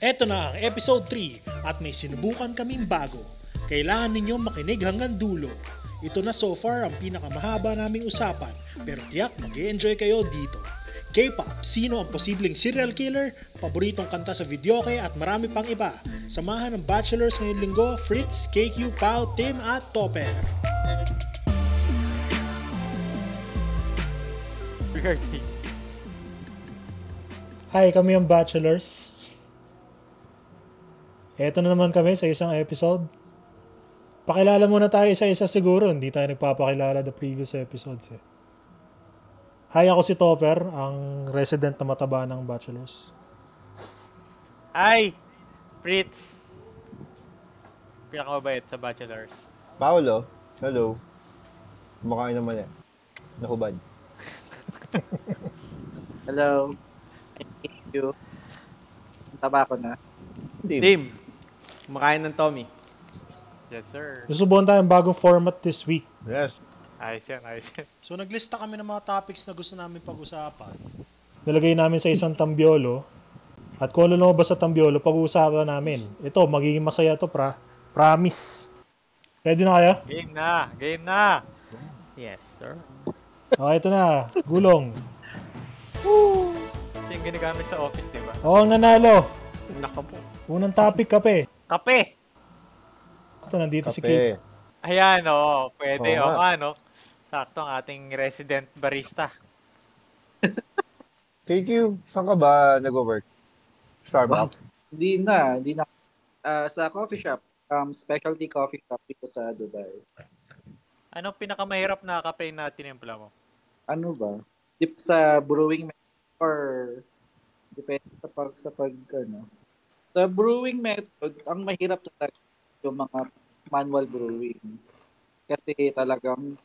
Eto na ang episode 3 at may sinubukan kaming bago. Kailangan ninyong makinig hanggang dulo. Ito na so far ang pinakamahaba naming usapan pero tiyak mag enjoy kayo dito. K-pop, sino ang posibleng serial killer, paboritong kanta sa videoke at marami pang iba. Samahan ng Bachelors ngayong linggo, Fritz, KQ, Pau, Tim at Topper. Regarding. Hi, kami ang Bachelors. Eto na naman kami sa isang episode. Pakilala muna tayo isa-isa siguro. Hindi tayo nagpapakilala the previous episodes eh. Hi, ako si Topper, ang resident na mataba ng Bachelors. Ay! Fritz! Pinakamabait sa Bachelors. Paolo, hello. Kumakain naman eh. Nakubad. Hello. Thank you. Ang Taba ko na. Hindi. Tim, kumakain ng Tommy. Yes, sir. Susubukan tayo ng bagong format this week. Yes. Ayos yan, ayos yan. So naglista kami ng mga topics na gusto namin pag-usapan. Nilagay namin sa isang tambiolo. At kung ano lumabas sa tambiolo, pag-uusapan namin. Ito, magiging masaya to, pra. Promise. Ready na kayo? Game na! Game na! Yes, sir. Okay, ito na. Gulong. Ito yung ginagamit sa office, di ba? Oo, ang nanalo. Nako po. Unang topic, kape. Kape! Ito, nandito si Kate. Kape. Ayan, oo. Pwede, Oo oo nga. nga, no? Sakto ang ating resident barista. KQ, saan ka ba nag-work? Starbucks? Hindi na, hindi na. Ah, sa coffee shop, um, specialty coffee shop dito sa Dubai. Anong pinakamahirap na kape na tinimpla mo? Ano ba? Dip sa brewing method or depende sa pag sa pag ano. Sa brewing method, ang mahirap talaga yung mga manual brewing. Kasi talagang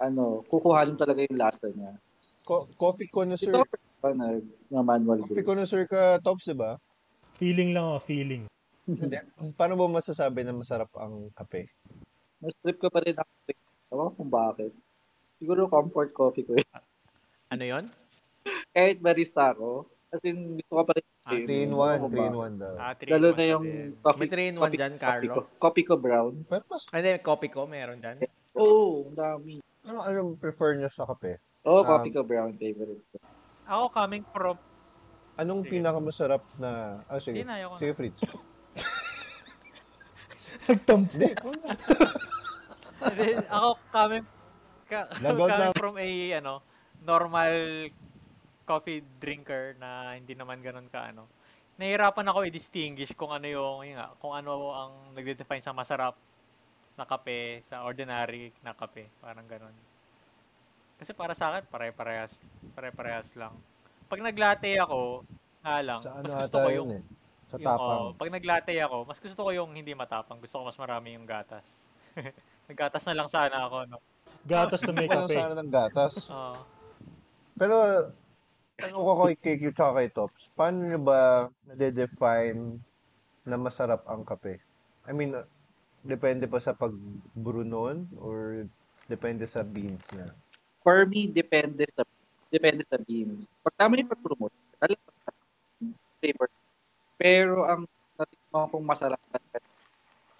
ano, kukuhanin talaga yung lasa niya. Co- coffee connoisseur. Ito, ano, na manual Coffee brewing. connoisseur ka, Tops, di ba? Feeling lang ako, feeling. Hindi. Paano mo masasabi na masarap ang kape? Na-strip ko pa rin ako. Ewan ko kung bakit. Siguro comfort coffee ko eh. Ano yon? Kahit barista ako. As in, gusto ko pa rin. ano Ah, 3 in 1, 3 in 1 daw. Ah, three Lalo in na one yung din. coffee. May three in one coffee- dyan, coffee Carlo? ko- Coffee ko brown. Pero mas, Ano yung copy ko? Meron dyan? Oo, oh, dami. ano, anong prefer niya sa kape? Oo, oh, Um, coffee ko brown. Favorite ko. Ako coming from... Anong Sige. pinakamasarap na... Ah, sige. Hindi na, ayoko na. Sige, Fritz. Nagtampo. Hindi. ako coming... Ka, Lagot coming na. from a, ano, normal coffee drinker na hindi naman ganun ka, ano. Nahirapan ako i-distinguish kung ano yung, yun nga, kung ano ang nagde-define sa masarap na kape, sa ordinary na kape. Parang ganun. Kasi para sa akin, pare-parehas, pare-parehas lang. Pag naglatte ako, nga lang, Sa ano mas gusto ata ko yung yun eh? Sa yung, oh, tapang. pag naglatte ako, mas gusto ko yung hindi matapang. Gusto ko mas marami yung gatas. Naggatas na lang sana ako, no? Gatas na may Walang kape. sana ng gatas. Oo. Pero, tanong ko kay KQ tsaka kay Tops, paano nyo ba nade-define na masarap ang kape? I mean, uh, depende pa sa pag-brew nun or depende sa beans niya? For me, depende sa depende sa beans. Pag tama yung pag-promote, talagang masarap. flavor. Pero ang natikman kong masarap talaga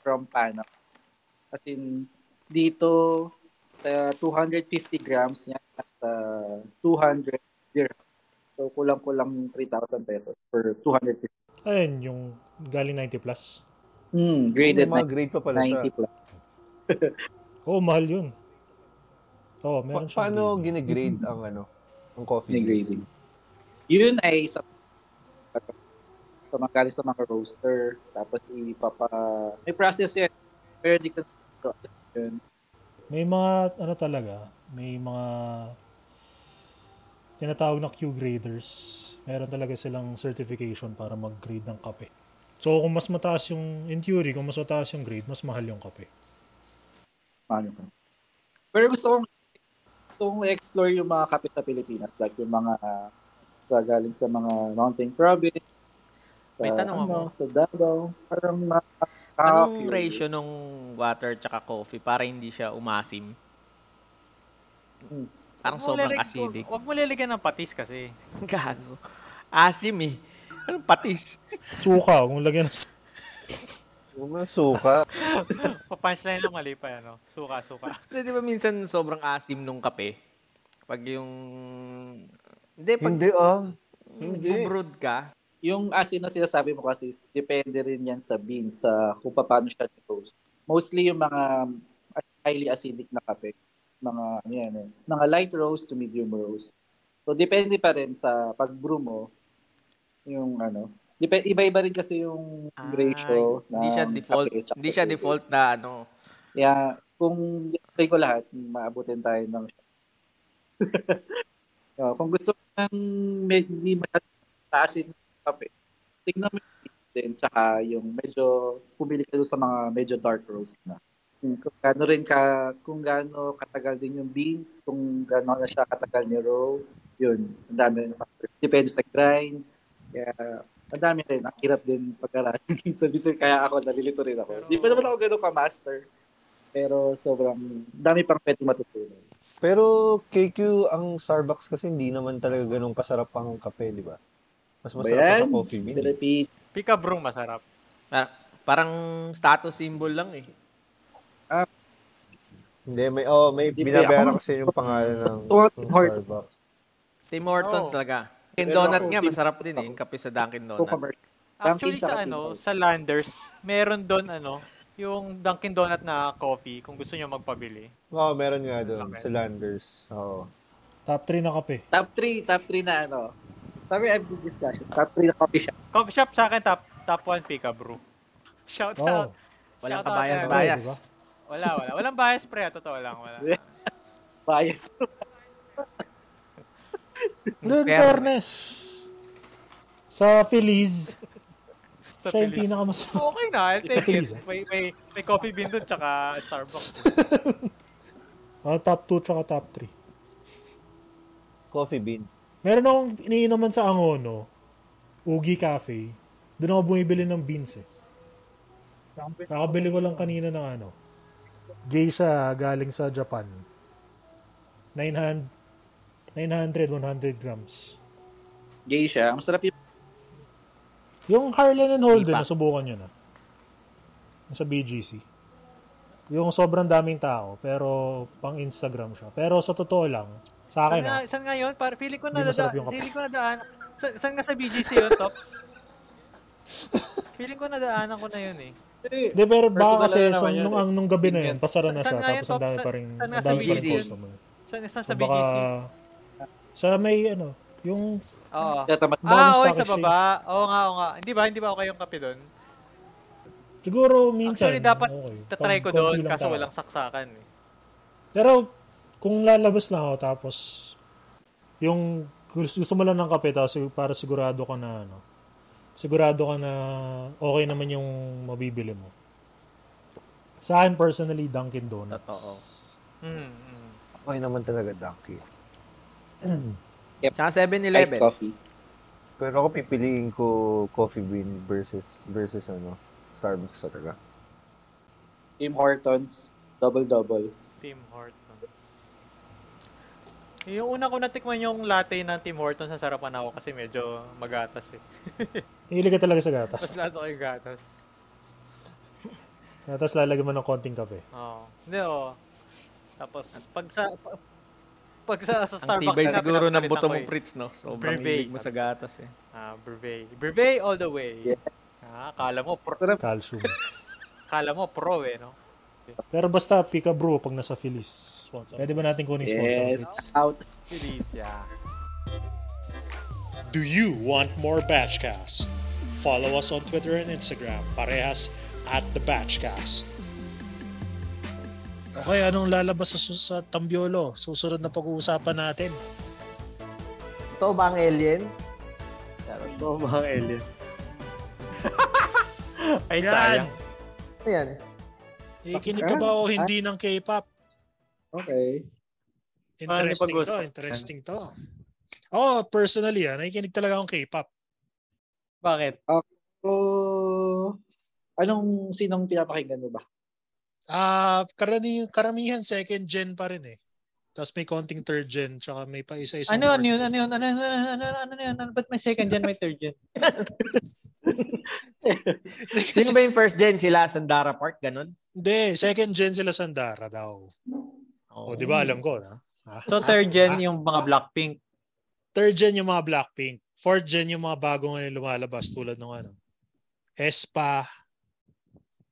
from Panama. As in, dito, sa 250 grams niya at uh, 200 dirham. So, kulang-kulang 3,000 pesos for 250. Ayun, yung galing 90 plus. Mm, graded May mga grade pa Hmm, pala siya. 90 plus. Oo, oh, mahal yun. Oo, oh, meron Pa- siyang paano green. gine-grade ang ano? Ang coffee May beans? grading. Yun ay sa tumagali sa mga roaster tapos ipapa may process yan pero di ko yun. May mga, ano talaga, may mga tinatawag na Q graders. Meron talaga silang certification para mag-grade ng kape. So, kung mas mataas yung, in theory, kung mas mataas yung grade, mas mahal yung kape. Paano ka? Pero gusto kong gusto kong explore yung mga kape sa Pilipinas like yung mga ah, sa galing sa mga mountain province sa, May tanong ano, ako. sa Davao parang mga Ah, Anong ratio nung water tsaka coffee para hindi siya umasim? Huwag Parang mo sobrang lilig- acidic. Huwag mo liligan ng patis kasi. Gago. Asim eh. Anong patis? Suka, kung lagyan ng Yung mga suka. Papunchline lang mali pa ano. Suka, suka. Hindi ba minsan sobrang asim nung kape? Pag yung... Hindi, pag Hindi ah. bubrod ka, Yung asin na sinasabi mo kasi is depende rin yan sa beans, sa kung paano siya toast. Mostly yung mga highly acidic na kape. Mga, ano yan, eh, mga light roast to medium roast. So, depende pa rin sa pag-brew mo. Yung ano, depe- iba-iba rin kasi yung Ah, ratio. hindi siya ng default, kape tsaka hindi siya tubig. default na ano. Yeah, kung try ko lahat, maabutin tayo ng oh, kung gusto mo ng med- hindi masyadong taasin yung kape, tignan mo yung taste din, tsaka yung medyo, pumili ka doon sa mga medyo dark roast na. Kung kung gaano rin ka, kung gaano katagal din yung beans, kung gaano na siya katagal ni roast, yun, ang dami rin factor. Depende sa grind, kaya ang dami rin, ang hirap din pag-aralin. so, minsan kaya ako, nalilito rin ako. Hindi pa naman ako ganun ka-master. Pero sobrang dami pang pwede matutunan. Pero KQ, ang Starbucks kasi hindi naman talaga ganun kasarap ang kape, di ba? Mas masarap Ba pa yan? sa coffee bean. eh. Repeat. Pika broom masarap. Parang, parang status symbol lang eh. Hindi, may, oh, may Hindi, binabayaran ako- kasi yung pangalan ng, Tuwa- ng hard. Starbucks. Tim Hortons Oo. talaga. Dunkin' Pero Donut ako, nga, Tim- masarap din eh. Yung kape sa Dunkin' Kung Donut. commercial. Actually Dunkin' sa tsaka ano, Tim sa Landers, meron doon ano, yung Dunkin Donut na coffee kung gusto niyo magpabili. Oo, meron nga doon. Okay. Sa Landers. Oo. top 3 na kape. Top 3, top 3 na ano. Sabi FD discussion, top 3 na coffee shop. Coffee shop sa akin top top 1 Pika Brew. Shout Oh, out. Walang Shout out kabayas-bayas. diba? Wala, wala. Walang bias pre, ah. totoo lang, wala. Bias. Doon Fair. fairness. Sa Feliz, Sa siya yung Pilipinas. pinakamasama. Okay na, I'll take Please, it. eh. May, may, may coffee bean doon, tsaka Starbucks. Ah, top 2 tsaka top 3. Coffee bean. Meron akong iniinuman sa Angono, Ugi Cafe. Doon ako bumibili ng beans eh. Nakabili ko lang kanina ng ano. Geisha galing sa Japan. 900, 900 100 grams. Gay siya. Masarap yung Yung Harlan and Holden, Ipa. nasubukan nyo na. Yung Sa BGC. Yung sobrang daming tao, pero pang Instagram siya. Pero sa totoo lang, Saan sa akin nga, ah, saan nga yun? Para, feeling ko na Hindi masarap yung kape. feeling ko na daan. Sa, saan nga sa BGC yun, Tops? feeling ko na daanan ko na yun eh. Hindi, pero Personal baka kasi na naman sa- yun, nung, ang, nung gabi na yun, Convenience. pasara na Saan siya. nga yun, Tapos ang Top? dami Sa- pa rin, saan nga ang sa dami pa rin BGC? customer. Saan, saan sa Sa baka, BGC? sa may ano, yung, Oo. tatamat. Ah, Bonus oy, package eh. sa baba. Oo nga, oo nga. Hindi ba, hindi ba okay yung kape doon? siguro minsan, Actually, dapat okay. tatry ko Pang- doon, konti lang kaso tao. walang saksakan eh. Pero, kung lalabas lang ako, tapos, yung, gusto gusto mo lang ng kape, tapos sig- para sigurado ka na, ano, sigurado ka na okay naman yung mabibili mo. Sa akin, personally, Dunkin' Donuts. Totoo. Mm, mm. Okay naman talaga, Dunkin'. Tsaka Iced 7-Eleven. coffee. Pero ako pipiliin ko coffee bean versus versus ano, Starbucks talaga. Tim Hortons. Double-double. Tim Hortons. Yung una ko natikman yung latte ng Tim Hortons, nasarapan ako kasi medyo magatas eh. Hili ka talaga sa gatas. Tapos lasa ko yung gatas. Tapos lalagyan mo ng konting kape. Oo. Hindi, oo. Tapos, pag sa... Pag sa, sa Ang Starbucks, tibay na siguro ng pinapalitan buto ko mo, eh. Fritz, no? Sobrang Brevet. hilig mo sa gatas eh. Ah, brevet. Brevet all the way. Yeah. Ah, kala mo, pro, Calcium. kala mo pro eh, no? Pero basta, pick a brew pag nasa Phillies. Sponsor. Pwede ba natin kunin sponsor? Yes. Fritz? Out. Felicia. Do you want more Batchcast? Follow us on Twitter and Instagram, parehas at The Batchcast. Okay, anong lalabas sa, sus- sa Tambiolo? Susunod na pag-uusapan natin. Ito ba ang alien? Oo, mga alien. Ay, Yan. sayang. Ano yan? Ikinig ka ba o hindi ng K-pop? Okay. Ah, hindi Interesting to, pag-uusapan. interesting to. Oh, personally, ah, nakikinig talaga akong K-pop. Bakit? So, anong sinong pinapakinggan mo ba? Ah, karani karamihan second gen pa rin eh. Tapos may konting third gen, tsaka may pa isa-isa. Ano, ano yun? Ano yun? Ano yun? Ano yun? Ano yun? Ano yun? Ano- Ba't may second gen, may third gen? Sino ba yung first gen? Sila, Sandara Park, ganun? Hindi, second gen sila Sandara daw. O, di ba Oh. alam ko na? So third gen yung mga Blackpink. Third gen yung mga Blackpink. Fourth gen yung mga bago ngayon lumalabas tulad ng ano. Espa.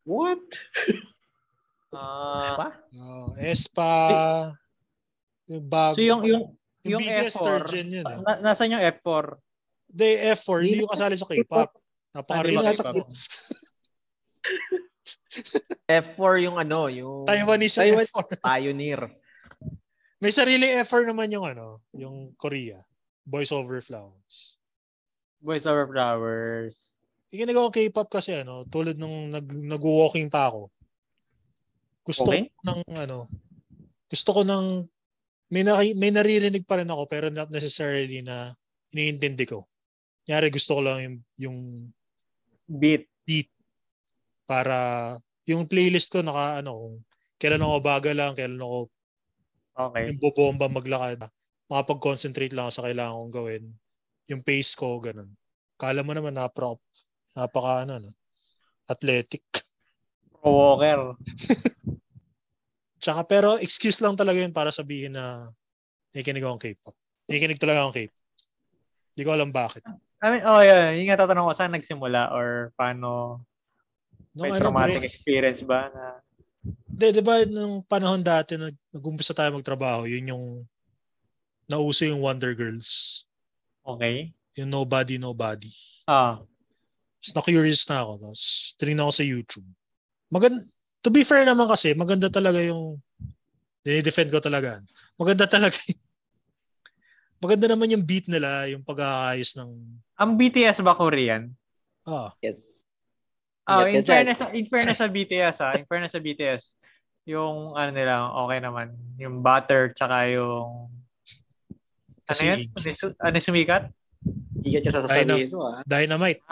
What? Ah, Oh, Espa. Yung bago. so yung yung yung BTS F4, third gen yun. ah. na, nasan yung F4? They F4, hindi yung kasali sa K-pop. Napaka-racist Ah, ako. F4 yung ano, yung Taiwanese yung Taiwan- F4. pioneer. May sarili F4 naman yung ano, yung Korea. Boys Over Flowers. Boys Over Flowers. Ikinig ako K-pop kasi ano, tulad nung nag, nag-walking pa ako. Gusto Okay? ko ng ano, gusto ko ng may, na, may naririnig pa rin ako pero not necessarily na iniintindi ko. Nyari gusto ko lang yung, yung Beat. para yung playlist ko naka ano, kung kailan ako baga lang, kailan ako Okay. yung bobomba maglakad. Makapag-concentrate lang ako sa kailangan kong gawin. Yung pace ko, ganun. Kala mo naman napaka, napaka ano, no? athletic. Pro Walker. Tsaka pero excuse lang talaga yun para sabihin na nakikinig akong K-pop. Nakikinig talaga akong K-pop. Hindi ko alam bakit. I mean, oh yeah, yung nga tatanong ko, saan nagsimula or paano? Nung May ano, traumatic pre- experience ba? Na, Hindi, di ba nung panahon dati nag- nag-umpisa tayo magtrabaho, yun yung nauso yung Wonder Girls. okay. Yung Nobody Nobody. Ah, Tapos na-curious na ako. Tapos tinignan ko sa YouTube. Maganda, to be fair naman kasi, maganda talaga yung dinidefend ko talaga. Maganda talaga yung- maganda naman yung beat nila, yung pagkakayos ng ang BTS ba Korean? ah, Yes. Ah, Yeah, in that's right. fairness, in fairness sa BTS ah, in fairness sa BTS, yung ano nila, okay naman. Yung butter, tsaka yung ano Kasi- yun? Ano yung- Ano yung sumikat? Igat ka sa Ay, sasabihin mo ah. dynamite.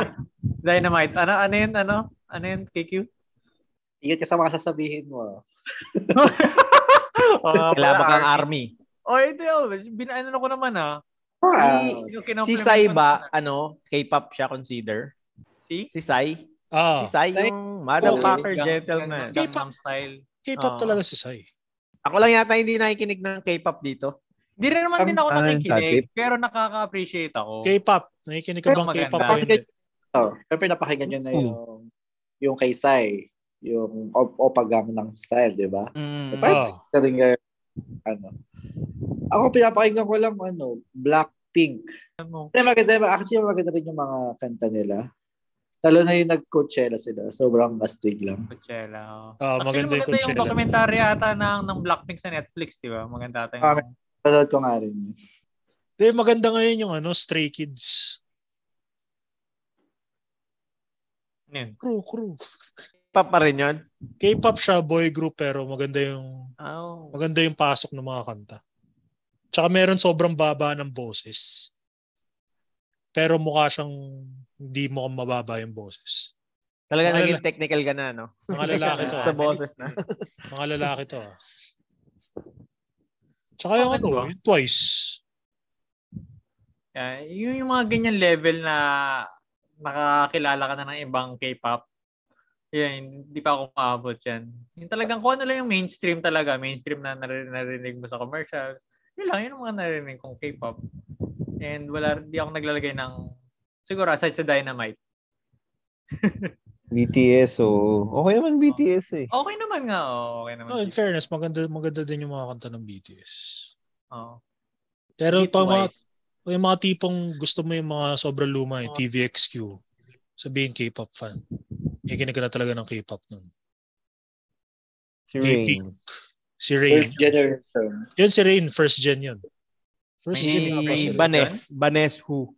Dynamite. Ano, ano yun? Ano? Ano yun? KQ? Igat ka sa mga sasabihin mo ah. Uh, Kalabak ah, ang army. Oh, ito yun. Binaanan ko naman ah. Wow. Yung Si kinomplement Sai ko ah. ba, naman. ano, K-pop siya consider? Si? Si Sai? Oh. Ah, Si Sai Sai. yung motherfucker Gang- gentleman. Gang- Gangnam Style. K-pop Oo. talaga si Sai. Ako lang yata hindi nakikinig ng K-pop dito. Di rin naman din ako Ang- ano yung nakikinig, pero nakaka-appreciate ako. K-pop, nakikinig ka Pero bang K-pop maganda. o hindi? Oh, Siyempre napakinggan nyo Hmm. na yung yung kay Sai, yung op- opagam ng style, di ba? So, Mm. parang- Ah, Ito rin nga, eh, ano. Ako pinapakinggan ko lang ano, Blackpink. Ano? Pero maganda ba? Actually, maganda rin yung mga kanta nila. Lalo na yung nag-Coachella sila. Sobrang astig lang. Coachella. oh. ah, Actually, maganda yung maganda yung Coachella. documentary ata ng, ng Blackpink sa Netflix, di ba? Maganda ata Ah, yung... Panood ko nga rin. yun. Di, maganda ngayon yung ano, Stray Kids. Ano yun? Crew, crew. K-pop pa rin yun? K-pop siya, boy group, pero maganda yung Oh. maganda yung pasok ng mga kanta. Tsaka meron sobrang baba ng boses. Pero mukha siyang hindi mo mababa yung boses. Wala. Talaga naging technical ka Ano na, no? Mga lalaki to. Sa ah. boses na. Mga lalaki to. ah. Tsaka yung ano, yung twice. Yeah, yung, yung mga ganyan level na nakakilala ka na ng ibang K-pop, yun, hindi pa ako maabot yan. Yung talagang kung ano lang yung mainstream talaga, mainstream na narinig, narinig mo sa commercials, yun lang, yun ang mga narinig kong K-pop. And wala, di ako naglalagay ng, siguro aside sa Dynamite. BTS, oo. Okay naman BTS eh. Okay naman nga, oh, okay naman. Oh, in fairness, maganda, maganda din yung mga kanta ng BTS. Oh. Pero pag mga, Beat-wise. pag yung mga tipong gusto mo yung mga sobrang luma, yung TVXQ, sabihin K-pop fan. Ikinig ka na talaga ng K-pop nun. Si Rain. Si Rain. First generation. Yun si Rain, first gen yun. First Si gen ako si Rain. Banes. Banes who?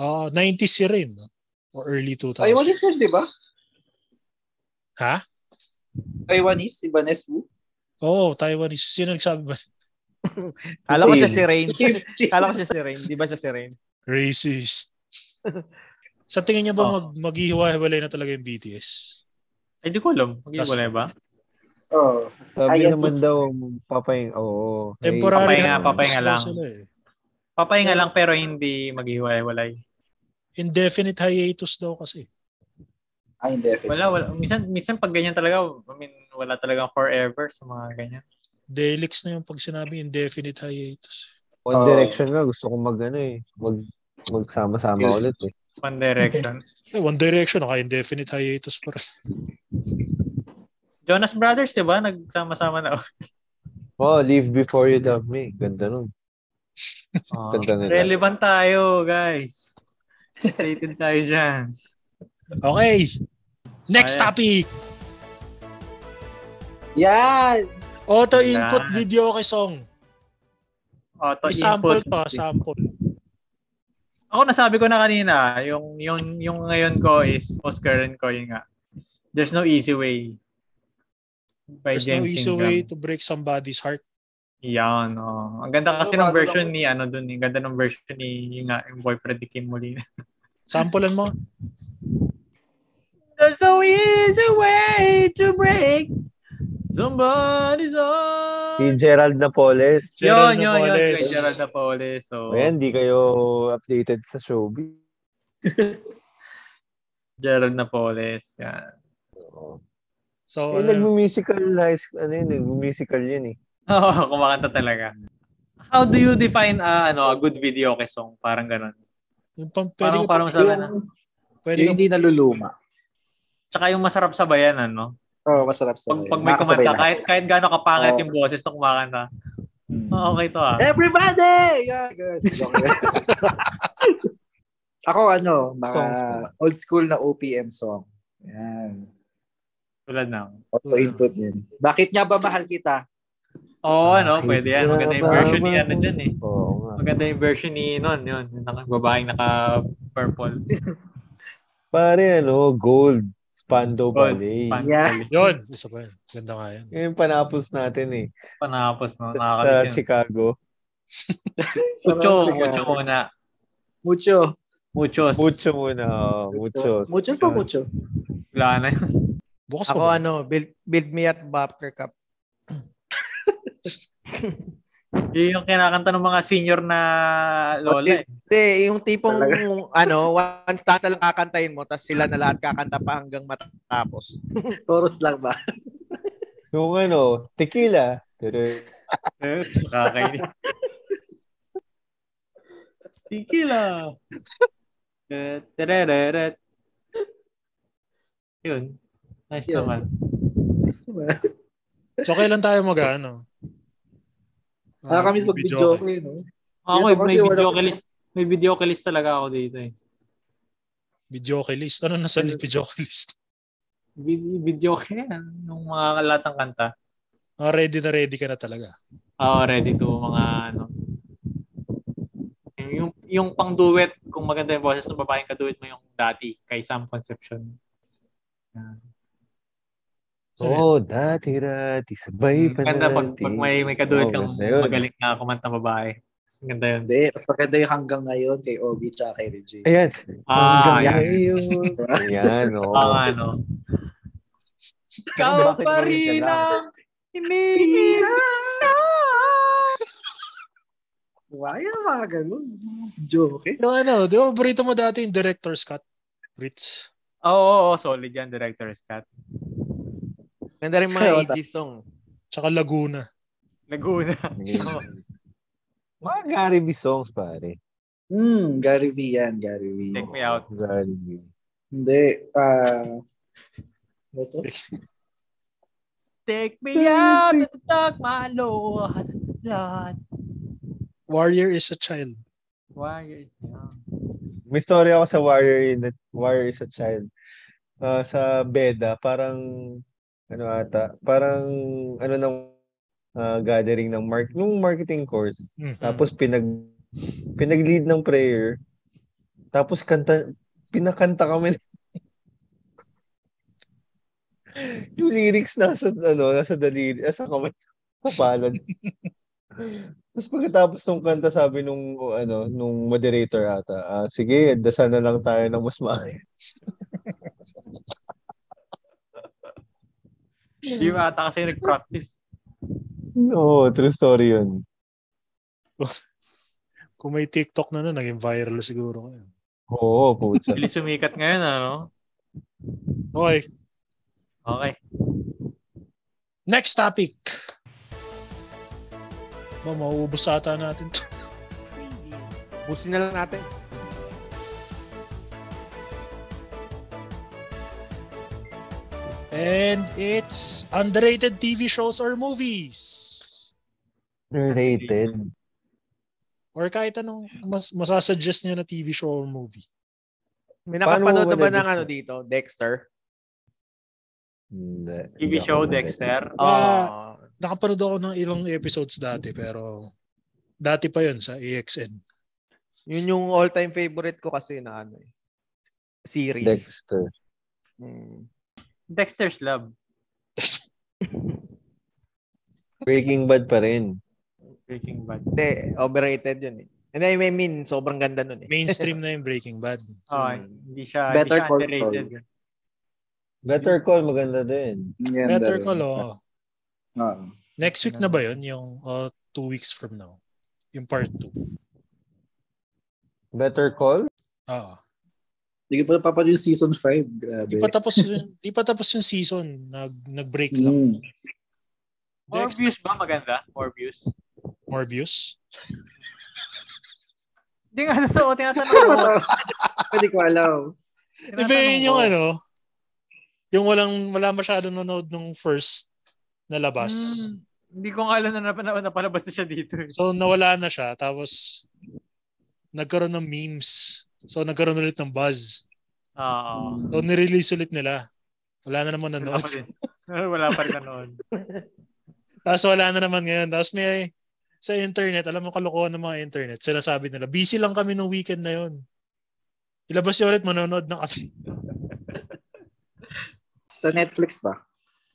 Ah, 90s si Rain. no? Or early 2000s. Taiwanese yun, di ba? Ha? Taiwanese, si Vanessa Wu. Oo, oh, Taiwanese. Sino nagsabi ba? Kala ko siya Rain. si Rain. Kala ko siya si Rain. Di ba siya si Rain? Racist. Sa tingin niyo ba Oo. mag maghihiwa-hiwalay na talaga yung BTS? Ay, di ko alam. Magiging Last- wala ba? Oo. Sabi Ayan, naman it's- daw, papay, oo. Ay, Temporary Papahinga, lang. papahinga lang. Sila eh. Papahinga lang pero hindi maghiwalay-walay. Indefinite hiatus daw kasi. Ay, Ah, hindi. Wala, wala. Minsan, minsan pag ganyan talaga, I mean, wala talagang forever sa mga ganyan. Delix na yung pag sinabi indefinite hiatus. One Oo. Direction nga, gusto kong mag, ano eh, mag, magsama-sama Yes. ulit eh. One Direction. Eh, One Direction, naka indefinite hiatus pa rin. Jonas Brothers, di ba? Nagsama-sama na. Oh, Leave Before You Love Me. Ganda nun. Oh, Ganda nila. relevant tayo, guys. Updated tayo dyan. Okay. Next Ayos. topic. Yan! Auto input Wala. video kay song. Auto I-sample input. to, sample. Ako nasabi ko na kanina, yung yung yung ngayon ko is most current ko yun nga. There's no easy way. By There's no James easy Ingram. way to break somebody's heart. Yan, oh. Ang ganda kasi Ano, ng bago version lang- ni ano dun, eh. ang ganda ng version ni yung, nga, yung boyfriend ni Kim Molina. Samplean mo. There's no easy way to break somebody's heart. Si Gerald Napoles. Gerald Yun, yun, yun. Napoles. Kay Gerald Napoles. So, Ayan, di kayo updated sa showbiz. Gerald Napoles. Yan. Oo. So, Eh, ano, nagmusical high school, ano yun, nagmusical yun eh. Oo, kumakanta talaga. How do you define ah, ano, a good video okay song? Parang ganun. yung pang pwede Parang, ka, parang sabi na. Yung, pwede yung ka, hindi naluluma. Tsaka yung masarap sabayan, ano? Oo, masarap sa Pag, pag may kumanta, kahit, kahit gano'ng kapangit yung boses nung kumakanta. Mm. ah okay to ah. Everybody! Yeah, guys. Joke lang. Ako ano, mga Songs ba? old school na OPM song. Yan. Tulad na. Auto input yun. Bakit nga ba mahal kita? Oo, oh, ano, Bakit pwede yan. Maganda yung ba version ni ba- ano dyan eh. Oo nga. Maganda yung version ni nun, yun. Yung naka, babaeng naka-purple. Pare, ano, gold. Spando Gold, Ballet. Spando. Yeah. yun. Isa pa yun. Ganda nga yan. Yun yung panapos natin eh. Panapos, no? Sa Nakakalis yan. Chicago. Mucho, mucho muna. Mucho. Muchos. Mucho muna. oh, Mucho. Muchos pa mucho. Wala na yun. Bukas Ako pa ba? ano, build, build me at Bapker Cup. Yun yung kinakanta ng mga senior na lola. eh. Hindi, yung tipong ano, one stanza lang kakantahin mo, tapos sila na lahat kakanta pa hanggang matapos. Chorus lang ba? Yung ano, tequila. Tudu. Nakakainis. Tequila. Tadadadad. Yun. Nice Yun. naman. Nice naman. So, kailan tayo mag, ano? Ah, kami video mag-video okay. ko yun. Ako, Dito may kasi wala- video list. May video list talaga ako dito eh. Video okay list. Ano nasa Ano? video okay list? Vid- Video yan. Yung mga latang kanta. Ah, ready na ready ka na talaga. Oo, ready to mga ano. Yung, yung pang duet, kung maganda yung boses ng babaeng kaduet mo yung dati kay Sam Concepcion. Oh, dati dati sabay pa Hmm, Ganda pag, natin. pag may, may kaduet eh. Oo, kang ganda yun. magaling na kumanta babae. Mas Ganda yun. Hindi, mas maganda yung hanggang ngayon kay Obi tsaka kay Reggie. Ayan. Ah, Hanggang yan. ngayon. Ayan, oo. Ang ano. Ikaw bakit pa ba yun rin sila? ang hinihira. Why yung Diba? mga ganun? Joke eh. Yung ano, di ba, burrito mo dati yung director's cut? Brits. Oo, oo, oo, solid yan, Director Scott. Ganda rin Kaya, mga AG song. Tsaka Laguna. Laguna. ah. Ayan. Mga Gary B songs, pare. Hmm, Gary V yan, Gary V. Take me out. Gary B. Hindi, ah... ano to? Take me out to talk my Lord. Lord. Warrior is a child. Why? Yeah. May story ako sa Warrior in the Warrior is a Child. Ah, sa Beda, parang ano ata, parang ano ng ah, gathering ng mark nung marketing course. Mhm. Tapos pinag pinag-lead ng prayer. Tapos kanta pinakanta kami yung lyrics nasa ano nasa daliri nasa kamay sa palad tapos pagkatapos ng kanta, sabi nung ano, nung moderator ata, ah, sige, dasal na lang tayo ng mas maayos. Hindi ba ata kasi nag-practice. No, true story yun. Kung may TikTok na nun, naging viral siguro. ngayon. Oo, putsa. Bilis sumikat ngayon, ano? Okay, Okay. next topic. Ba, mauubos ata natin to. Busin na lang natin. And it's underrated TV shows or movies. Related. Or kahit anong mas masasuggest niyo na TV show or movie. May Paano nakapanood mo na ba madedefine? ng ano dito? Dexter? Hindi. TV Hindi ako show, nag- Dexter. Ah. Nakapanood ako ng ilang episodes dati pero dati pa yun sa AXN. Yun yung all-time favorite ko kasi na ano eh. Series. Dexter. Mm. Dexter's Lab. Breaking Bad pa rin. Breaking Bad. Hindi, overrated yun eh. And I mean, sobrang ganda nun eh. Mainstream na yung Breaking Bad. Oh, hindi siya, hindi Better siya Call underrated. Better Call, maganda din. Yan Ah. Better daw. Call, oh. Oo. Next week na ba yun? Yung oh, two weeks from now. Yung part two. Better Call? Oo. Hindi ko pa napapanood yung season 5. Grabe. Di pa tapos yun- di pa tapos yung season, nag nag-break lang. Mm. More Dex- views ba maganda? More views? Morbius. Hindi nga, totoo. Tinatanong ko. Hindi ko alam. Di ba yun yung ano? Yung walang wala masyado nanood nung first na labas. Hmm, Hindi ko nga alam na nap- na- napalabas na siya dito. eh. So nawala na siya tapos nagkaroon ng memes. So nagkaroon ulit ng buzz. Oo. So nirelease ulit nila. Wala na naman Wala pa nanood. rin. Wala pa rin nanood. Tapos wala na naman ngayon. Tapos may sa internet, alam mo kalokohan ng mga internet, sinasabi nila, busy lang kami nung weekend na yon. Ilabas niyo ulit, manonood ng kami. Sa Netflix ba?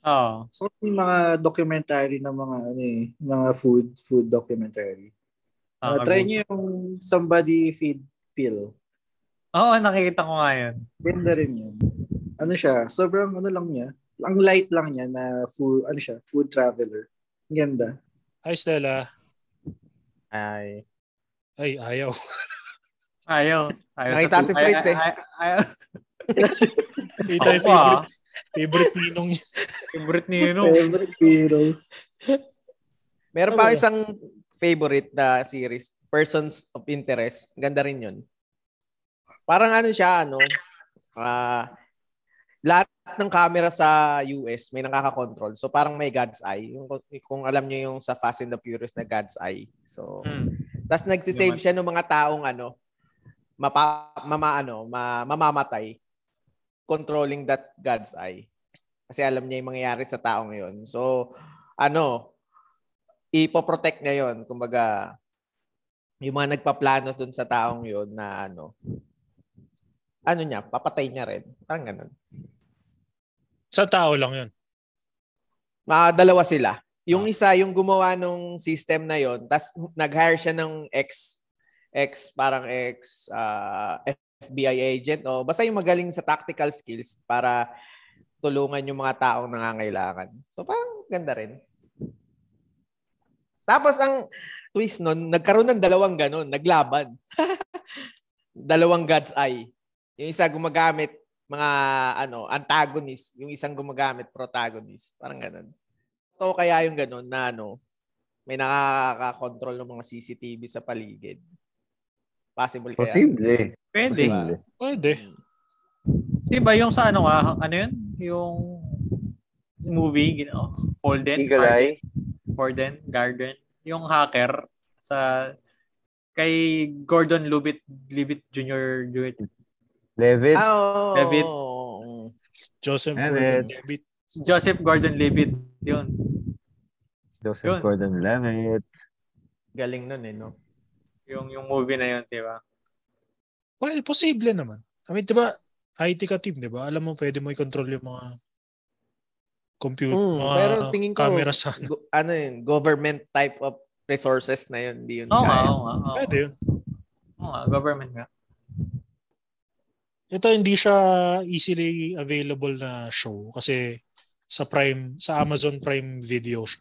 Oo. So, yung mga documentary ng mga ano eh, mga food food documentary. Ah, Ah, try niyo yung Somebody Feed Pill. Oo, nakikita ko nga yun. Ganda rin yun. Ano siya, sobrang ano lang niya. Ang light lang niya na food, ano siya, food traveler. Ang Ganda. Hi, Stella. Ay. Ay, ayaw. Ayaw. Ayaw sa Nakita food. si Fritz Ay- eh. ay- ay- ay- Ito yung Ako ah. favorite, favorite ninong niya. Favorite ni Nino. Favorite hero. Meron Oh, pa wala. isang favorite na series, Persons of Interest. Ganda rin yun. Parang ano siya, ano, ah lahat ng camera sa US may nakaka-control. So parang may God's Eye. Yung, kung alam niyo yung sa Fast and the Furious na God's Eye. So, Hmm. Tapos nagsisave Naman. siya ng mga taong ano, mapa, mama, ano, ma, mamamatay. Controlling that God's eye. Kasi alam niya yung mangyayari sa taong yon. So, ano, ipoprotect niya yon Kumbaga, yung mga nagpaplano dun sa taong yon na ano, ano niya, papatay niya rin. Parang ganun. Sa tao lang yun. Mga Ah, dalawa sila. Yung isa, yung gumawa nung system na yon, tas nag-hire siya ng ex, ex parang ex ah, FBI agent o basta yung magaling sa tactical skills para tulungan yung mga taong nangangailangan. So parang ganda rin. Tapos ang twist nun, nagkaroon ng dalawang ganun, naglaban. dalawang God's Eye. Yung isa gumagamit mga ano antagonist, yung isang gumagamit protagonist, parang ganun. So kaya yung ganun na ano, may nakaka-control ng mga CCTV sa paligid. Possible kaya. Posible. Pwede. Diba? Posible. Pwede. Diba yung sa ano nga, ano yun? Yung movie, you know, Holden, Eagle Eye. Holden, Garden. Yung hacker sa kay Gordon Lubit Libit Jr. Jr. Levitt. Ah, oo. David. Joseph Yan, Gordon-Levitt. Joseph Gordon Levitt. Yun. yun. Joseph Gordon-Levitt. Galing nun eh, no? Yung, yung movie na yun, diba? Well, posible naman. I mean, di ba, IT ka team, di ba? Alam mo, pwede mo i-control yung mga computer, Ah, Mm, mga pero tingin ko- camera sa... Go- ano yun, government type of resources na yun. Hindi yun Oo nga, kaya. oo nga. oo. Pwede yun. Oo nga, government nga. Ito, hindi siya easily available na show kasi sa Prime, sa Amazon Prime Video siya.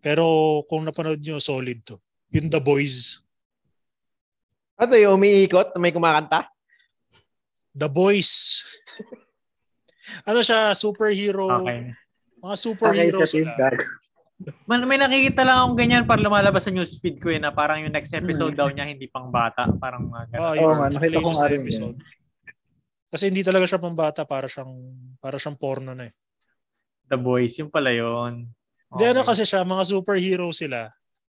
Pero kung napanood nyo, solid to. Yung The Boys. Ano yung umiikot? May kumakanta? The Boys. ano siya, superhero. Okay. Mga Okay, superhero sa sila. Man, may nakikita lang akong ganyan para lumalabas sa newsfeed ko eh na parang yung next episode daw niya hindi pang bata. Parang uh, Ah, ganun. yun. Oo nga, nakita ko Latest nga rin episode. Kasi hindi talaga siya pambata para siyang para siyang porno na eh. The Boys, yung pala yun. Hindi ano Okay. kasi siya, mga superhero sila.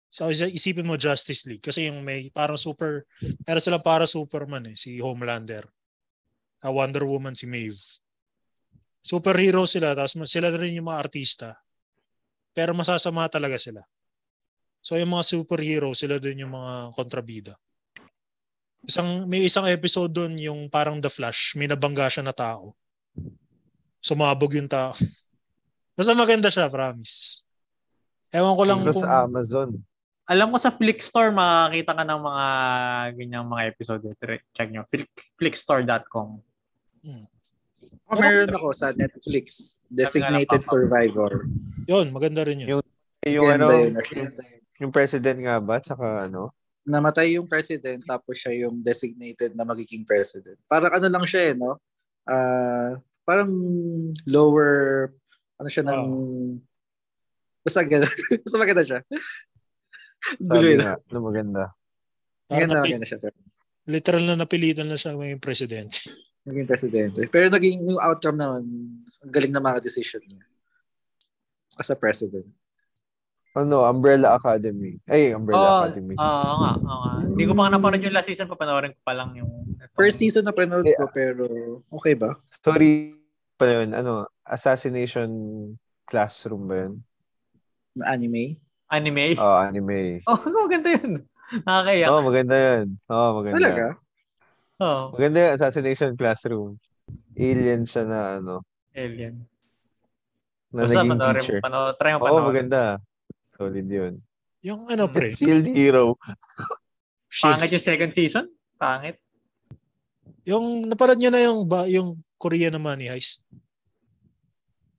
So isa- isipin mo Justice League kasi yung may parang super, meron silang para Superman eh, si Homelander. Ah, Wonder Woman si Maeve. Superhero sila, tapos ma- sila rin yung mga artista. Pero masasama talaga sila. So yung mga superhero, sila din yung mga kontrabida. Isang, may isang episode doon yung parang The Flash, may nabangga siya na tao. Sumabog yung tao. Basta maganda siya, promise. Ewan ko lang Pero sa Amazon. Alam ko sa Flick Store makakita ka ng mga ganyang mga episode. eh. Tre- Check nyo. Flick, flickstore.com. Oh, meron ako sa Netflix, Designated Survivor. Yun, maganda rin yun. Yung- Eh, Yung Ganda ano, yun. yung, yung president nga ba? Tsaka ano? Namatay yung president, tapos siya yung designated na magiging president. Parang ano lang siya eh, no? Ah, parang lower, ano siya ng... Basta ganda. Basta maganda siya. Gulo Sabi yun. nga, na maganda. Parang Maganda, napi- maganda siya. pero literal na napilitan lang siya maging presidente. Maging presidente. Pero naging yung outcome naman, ang galing na mga decision niya. As a president. Ano, Umbrella Academy. Ay, Oh, Umbrella Academy. Oo nga, oo nga. Hindi ko pa nga napanood yung last season, papanoorin ko pa lang yung... itong- First season na panood Yeah. ko, pero okay ba? Sorry pala yun. Ano, Assassination Classroom ba yun? Na anime? Anime. Oh, anime. Oh, maganda yun. Nakakaya. Oh, maganda yun. Oh, maganda. Talaga? Oh, Maganda yung Assassination Classroom. Alien siya na ano, alien. na Basta naging panoorin mo, teacher. panood, try mo Oo, panoorin. oh, maganda. Solid yun. Yung ano pre, Shield Hero. Pangit shield. yung second season? Pangit. Yung napanood niyo na yung ba, yung Korea na Money Heist.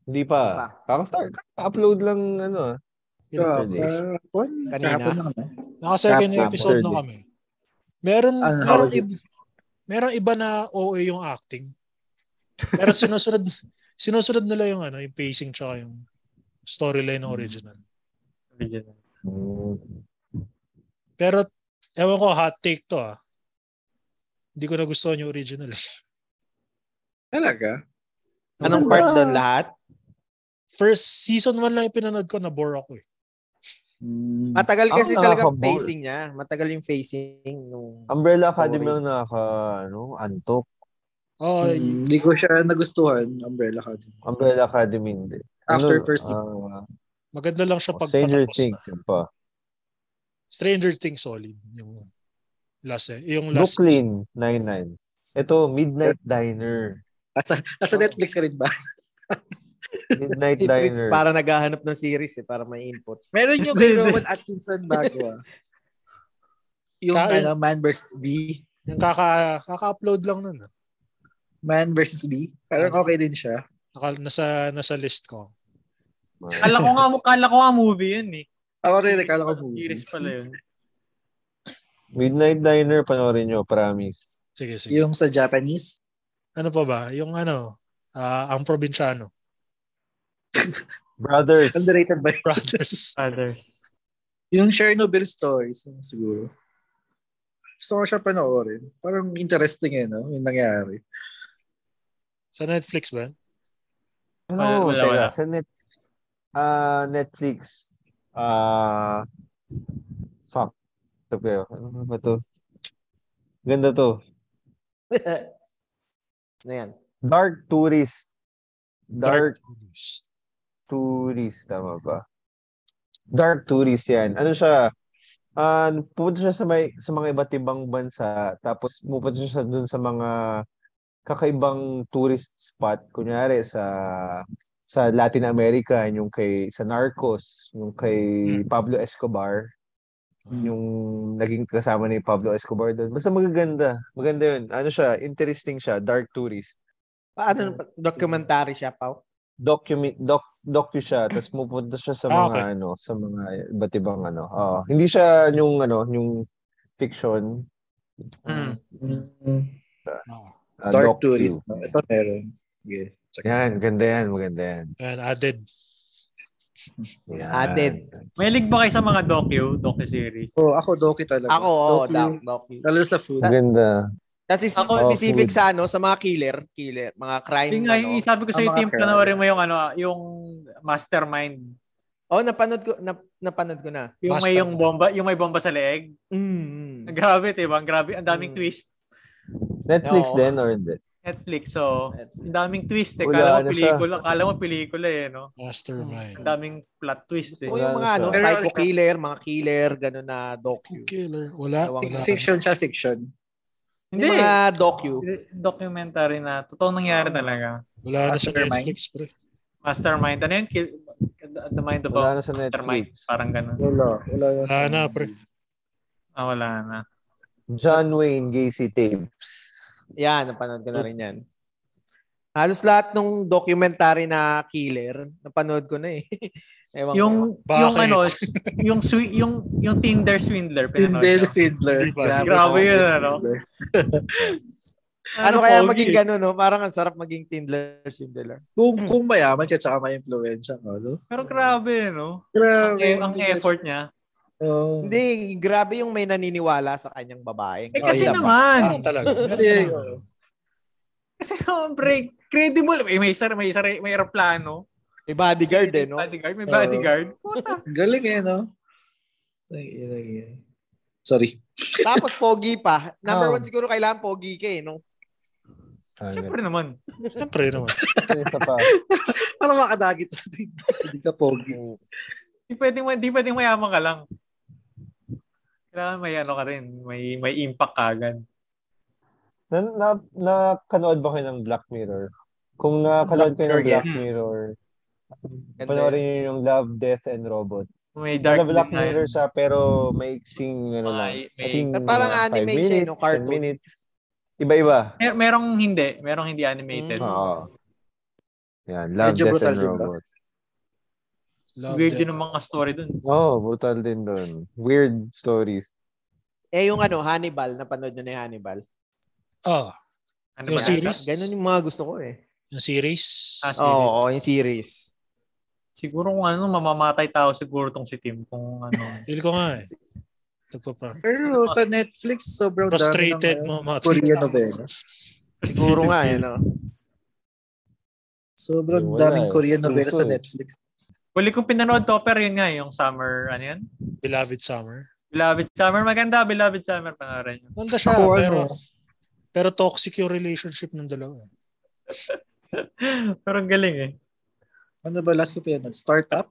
Hindi pa. Kakastart. Upload lang ano ah. Sa Yesterday. sa hapon? Kanina. Kahapon lang, no? Naka second Tapos, episode third na kami. Meron Ano, how meron was it? iba, meron iba na OA yung acting. Pero sinusunod sinusunod nila yung ano, yung pacing tsaka yung storyline Hmm. ng original. Original. Mm. Pero ewan ko hot take to ah. Hindi ko nagustuhan yung original. eh. Talaga? Anong part doon lahat? First season 1 lang yung pinanood ko na bore ako eh. Mm. Matagal Ako kasi talaga ang nakakabore. facing niya. Matagal yung facing nung... Umbrella Academy Sorry. ang nakaka ano, antok. Oh, Hmm. Mm, Hindi ko siya nagustuhan, Umbrella Academy. Umbrella Academy hindi. After Ano, first season. ah, maganda lang siya pag Oh, Stranger patapos na. Things yun pa. Stranger Things solid yung last eh. Yung last Brooklyn Nine-Nine. Ito, Midnight Diner. Asa, asa Netflix ka rin ba? Midnight Netflix Diner. para naghahanap ng series eh, para may input. Meron yung kay Rowan Atkinson bago ah. Yung Kain. ano, Man vs. B. Yung kaka, kaka-upload lang nun. ah. Man vs. B. Parang okay din siya. Naka, nasa, nasa list ko. Kala ko nga, kala ko nga movie yun eh. Ako rin, nakala ko Series movie. pala yun. Midnight Diner, panoorin nyo, promise. Sige, sige. Yung sa Japanese. Ano pa ba? Yung ano, ah, ang probinsyano. Brothers. Underrated ba yun? Brothers. Father. Yung Chernobyl Stories, yun siguro. Gusto ko siya panoorin. Parang interesting eh, no? Yung nangyari. Sa Netflix ba? Wala- Ano, wala, teka, wala. sa net, ah Netflix, ah fuck, ito kayo. Ano ba to? Ganda to. Ano yan? Dark Tourist. Dark Tourist, tama ba? Dark Tourist yan. Ano siya? Ah, pupunta siya sa, may, sa mga iba't ibang bansa, tapos pupunta siya dun sa mga kakaibang tourist spot. Kunyari sa sa Latin America, yung kay sa Narcos, yung kay Pablo Escobar, yung naging kasama ni Pablo Escobar doon. Basta magaganda. Maganda yun. Ano siya? Interesting siya. Dark tourist. Paano documentary siya, Pau? document doc docu siya tapos pupunta siya sa Ah, mga ano sa mga iba't ibang ano. Oo. hindi siya yung ano yung fiction. Mm. Hmm. Hmm. Oo. Ah, Dark docu. Tourist. Ito meron. Yes. Check. Yan, ganda yan, maganda yan. And added. Yan. Added. Mahilig ba kayo sa mga docu, docu-series? Oh, ako Doki talaga. Ako, oo, Doki. doc, doc. Lalo sa food. Maganda. Tapos is- Ako, specific food. sa ano, sa mga killer, killer, mga crime, Yung, nga, ano. yung sabi ko Ang sa iyo, mga Tim, kaya. panoorin mo yung, ano, ah, yung mastermind. Oh, napanood ko, nap, napanood ko na. Yung may, yung, bomba, yung may bomba sa leeg. Mm. Grabe, diba? Ang grabe. Ang daming Mm. twist. Netflix Oo. din or hindi? Netflix, so ang daming twist eh. Kala mo Wala na siya. pelikula, kala mo pelikula eh, no? Ang Mastermind. daming plot twist eh. O yung mga ano, Pero ano psycho siya? killer, mga killer, ganun na docu. Killer. Wala. Dalawang wala. Fiction siya, fiction. Hindi. Yung mga docu. Documentary na. Totoo nangyari talaga. Wala na sa Mastermind. Netflix, pre. Mastermind. Ano yung kill, the mind of Wala a na sa mastermind? Netflix. Parang ganun. Wala. Wala na. Wala na, pre. Ah, wala na. John Wayne Gacy tapes. Yan, napanood ko na rin yan. Halos lahat nung documentary na killer, napanood ko na eh. Ewan ko. Yung, Bakit? yung ano, yung, swi- yung, yung Tinder Swindler. pinanood Tinder niyo? Swindler. Hindi pa. Grabe yun, ano? Swindler. ano kaya pogi maging eh. ganun, no? Parang ang sarap maging Tindler Swindler. Kung, kung mayaman ka, tsaka may influensya ka, no? Pero grabe, no? Grabe. Eh, ang effort niya. Oh. Hindi, grabe yung may naniniwala sa kanyang babae. Eh, kasi Kaya- naman. Meron Ah, talaga. Meron Hindi, talaga. oo. Kasi naman, credible. Eh, may, sar- may, sar- may aeroplano. May bodyguard eh, May no? Bodyguard, may Oo. bodyguard. Puta. Galing eh, no? Ay, ay, ay, ay. Sorry. Tapos pogi pa. Number Oh. one siguro kailangan pogi ka eh, no? Ah, Siyempre naman. Siyempre naman. Isa pa. Para makadagit na dito. Hindi ka pogi. Di pwedeng, ma- di pwedeng mayaman ka lang. Kailangan may ano ka rin. May, may impact ka agad. Na, na, nakanood ba kayo ng Black Mirror? Kung nakanood kayo Black Mirror, ng Black yes. Mirror, Ganda panoorin yun. niyo yung Love, Death, and Robot. May dark Dark Black design. Mirror siya, pero may iksing, ano lang. May- may- Kasing Parang mga five anime siya, minutes, no? 10 Cartoon. minutes. Iba-iba. Mer- merong hindi. Merong hindi animated. Mm. Oo. Yan, Love, Medyo Death, brutal and din ba? Robot. Love Weird that. din ang mga story dun. Oo, oh, brutal din doon. Weird stories. Eh, yung ano, Hannibal. Napanood nyo na yung Hannibal. Ah, Ano Yung ba series? yata? Ganun yung mga gusto ko eh. yung series. Ah, Oo, series. oo, yung series. Siguro kung ano, mamamatay tao siguro tong si Tim. Kung ano. Feel ko nga eh. Nagpa-prostrated Pero sa Netflix, sobrang dami ng mga mga ano, Korean novela. Siguro nga eh, no? Sobrang Wala daming eh. Korean novela Puso sa eh. Netflix. Huli kong pinanood to, pero yun nga, yung summer, ano yun? Beloved Summer. Beloved Summer, maganda, Beloved Summer, panoorin yun. Ganda siya, Ako, ano? pero, pero toxic yung relationship ng dalawa. pero ang galing eh. Ano ba last ko pinanood? Startup?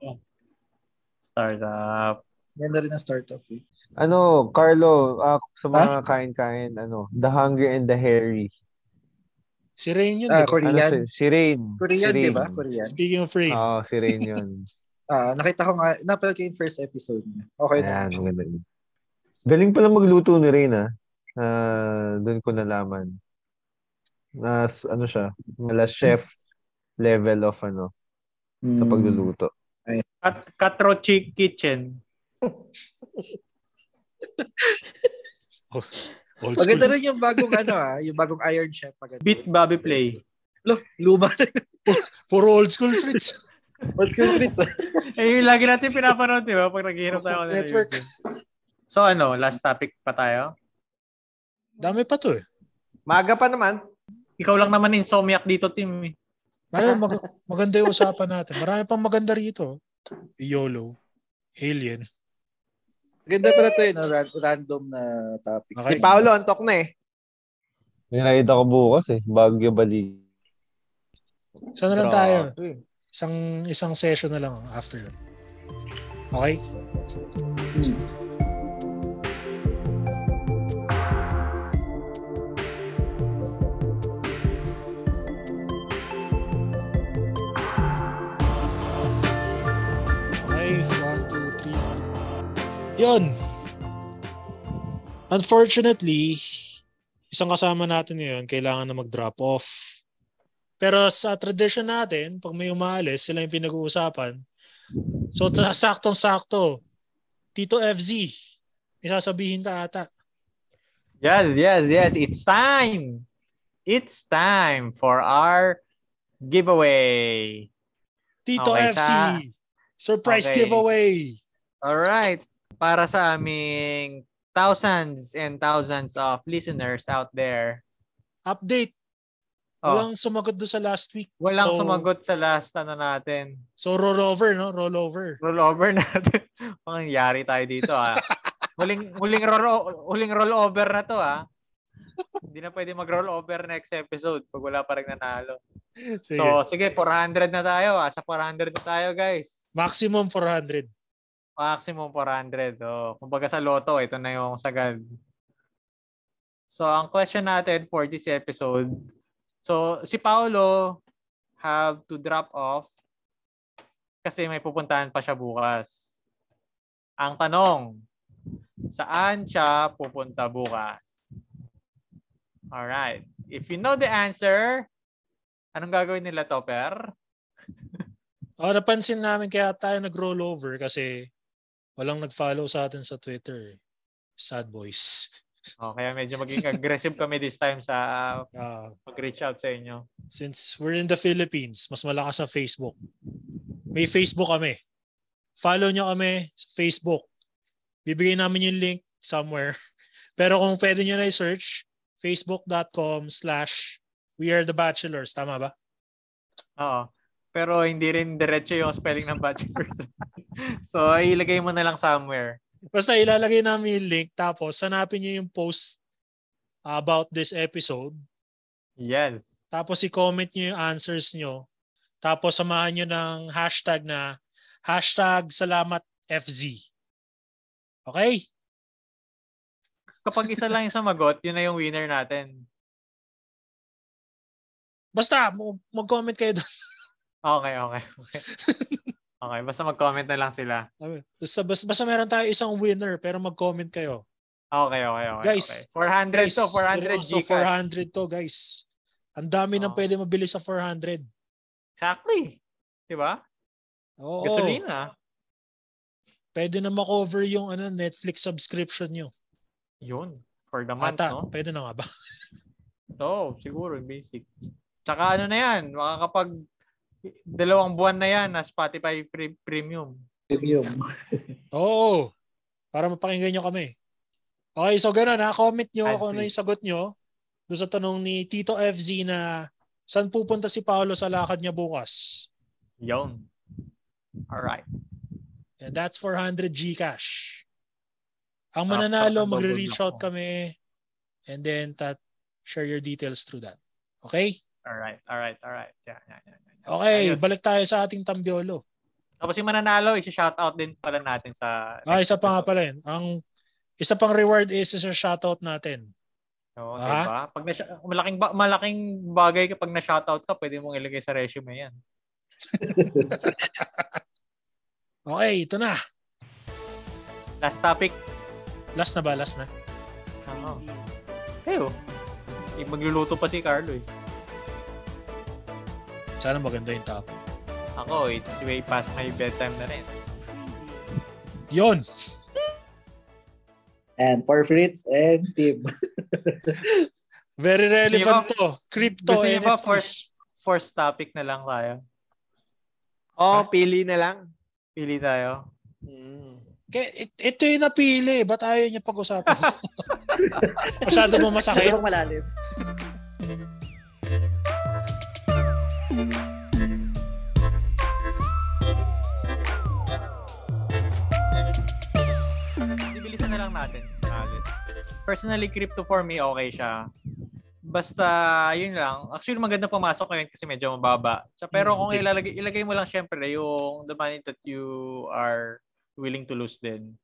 Startup. Ganda rin ang startup eh. Ano, Carlo, ah, sa mga kain-kain, ano, The Hungry and the Hairy. Si Rain yun, Ah, di ba? Ano, si, Korean. si Rain. Korean, si Rain. di ba? Korean. Speaking of Rain, Oo, si Rain yun. Ah, nakita ko nga, napanood ko yung first episode niya. Okay na. Ayan, maganda yun. Galing pala magluto ni Reyna. Ah, doon ko nalaman. Na s- ano siya, mala chef level of ano sa Hmm. Mm. pagluluto. Cat, Catro Chick Kitchen. old school. Ah. Maganda rin yung bagong ano ah, yung bagong Iron Chef. Maganda. Beat Bobby Play. Lo, luma na yun. Puro old school, Fritz. What's good, Fritz? Eh, yung lagi natin pinapanood, di ba? Pag naghihirap tayo ng Network. YouTube. So ano, last topic pa tayo? Dami pa to eh. Maga pa naman. Ikaw lang naman insomniac dito, Tim. eh. Marami, Ano, mag- maganda yung usapan natin. Marami pang maganda rito. YOLO. Alien. Ganda pala to yun, no? Ran- random na topic. Okay. Si Paolo, antok na eh. Niride ako bukas eh, Baguio Bali. Sana lang tayo. Grabe. Isang, isang session na lang after that. Okay? Okay, one, two, three. Yun. Unfortunately, isang kasama natin ngayon, kailangan na mag-drop off. Pero sa tradition natin, pag may umaalis, sila yung pinag-uusapan. So, ta- saktong-sakto. Tito FZ, may sasabihin ka ata. Yes, yes, yes. It's time. It's time for our giveaway. Tito Okay, FC, sa- surprise Okay. giveaway. All right. Para sa aming thousands and thousands of listeners out there. Update. Oh, Walang sumagot doon sa last week. walang so, sumagot sa last ano natin. So, rollover, no? Rollover. Rollover natin. Ang yari tayo dito ah. Huling huling roll huling rollover na to ah. Hindi na pwede mag-rollover next episode pag wala pa rin nanalo. Sige. So, sige, 400 na tayo. Ah. Sa 400 na tayo, guys. Maximum 400. Maximum 400. Oh. Kumbaga sa loto, ito na yung sagad. So, ang question natin for this episode. So, si Paolo have to drop off kasi may pupuntahan pa siya bukas. Ang tanong, saan siya pupunta bukas? Alright. If you know the answer, anong gagawin nila, Topper? Oh, napansin namin kaya tayo nag-rollover kasi walang nag-follow sa atin sa Twitter. Sad boys. Oh, kaya medyo maging aggressive kami this time sa ah, Ah, mag-reach out sa inyo. since we're in the Philippines, mas malakas sa Facebook. May Facebook kami. Follow nyo kami sa Facebook. Bibigay namin yung link somewhere. Pero kung pwede nyo na i-search, facebook.com slash we are the bachelors. Tama ba? Oo. Pero hindi rin diretso yung spelling ng bachelor's. so, ilagay mo na lang somewhere. Basta ilalagay namin yung link tapos hanapin nyo yung post about this episode. Yes. Tapos i-comment nyo yung answers nyo. Tapos samahan nyo ng hashtag na hashtag salamat FZ. Okay? Kapag isa lang yung sumagot, yun na yung winner natin. Basta, mag- mag-comment kayo doon. Okay, okay, okay. Okay, basta mag-comment na lang sila. Basta, basta, basta meron tayo isang winner pero mag-comment kayo. Okay, okay, okay. Guys, okay. 400 to, seryoso, 400 Gcash. 400 to, guys. Ang dami nang Oo. pwede mabili sa 400. Exactly. Diba? Oo. Gasolina. Pwede na makover yung ano, Netflix subscription nyo. Yun. For the month, Ata, no? pwede na nga ba? Oo, siguro. Basic. Tsaka ano na yan, makakapag dalawang buwan na yan na Spotify pre- Premium. Premium. Oo. Para mapakinggan nyo kami. Okay, so gano'n ha. Comment nyo Ad kung ano free. yung sagot nyo doon sa tanong ni Tito FZ na saan pupunta si Paolo sa lakad niya bukas. Yun. Alright. And that's 400 Gcash. Ang Tap, tap, mananalo, ang magre-reach bago na out ako. kami and then tat share your details through that. Okay? Alright, alright, alright. Yeah, yeah, yeah. yeah. Okay, Ayos. balik tayo sa ating Tambiolo. Tapos yung mananalo, isi-shoutout din pala natin sa... Ah, isa pa nga pala yun. Ang isa pang reward is isa shoutout natin. Oo, Ah. diba? Pag na, malaking, ba- malaking bagay kapag na-shoutout ka, pwede mong ilagay sa resume yan. Okay, ito na. Last topic. Last na ba? Last na. Oo. Kayo. Eh, Magluluto pa si Carlo eh. Sana maganda yung topic. Ako, it's way past my bedtime na rin. Yun! And for Fritz and Tim. Very Gusto niyo relevant to. Crypto Gusto niyo ba NFT. first, first topic na lang tayo? Oh, pili na lang. Pili tayo. Mm. Kaya it- ito yung napili. Ba't ayaw niya pag-usapan? Masyado mo masakit. Sobrang malalim. Bibilisan na lang natin. Solid. Personally, crypto for me, okay siya. Basta, yun lang. Actually, maganda pumasok ngayon kasi medyo mababa. So, pero kung ilalagay, ilagay mo lang syempre yung the money that you are willing to lose din.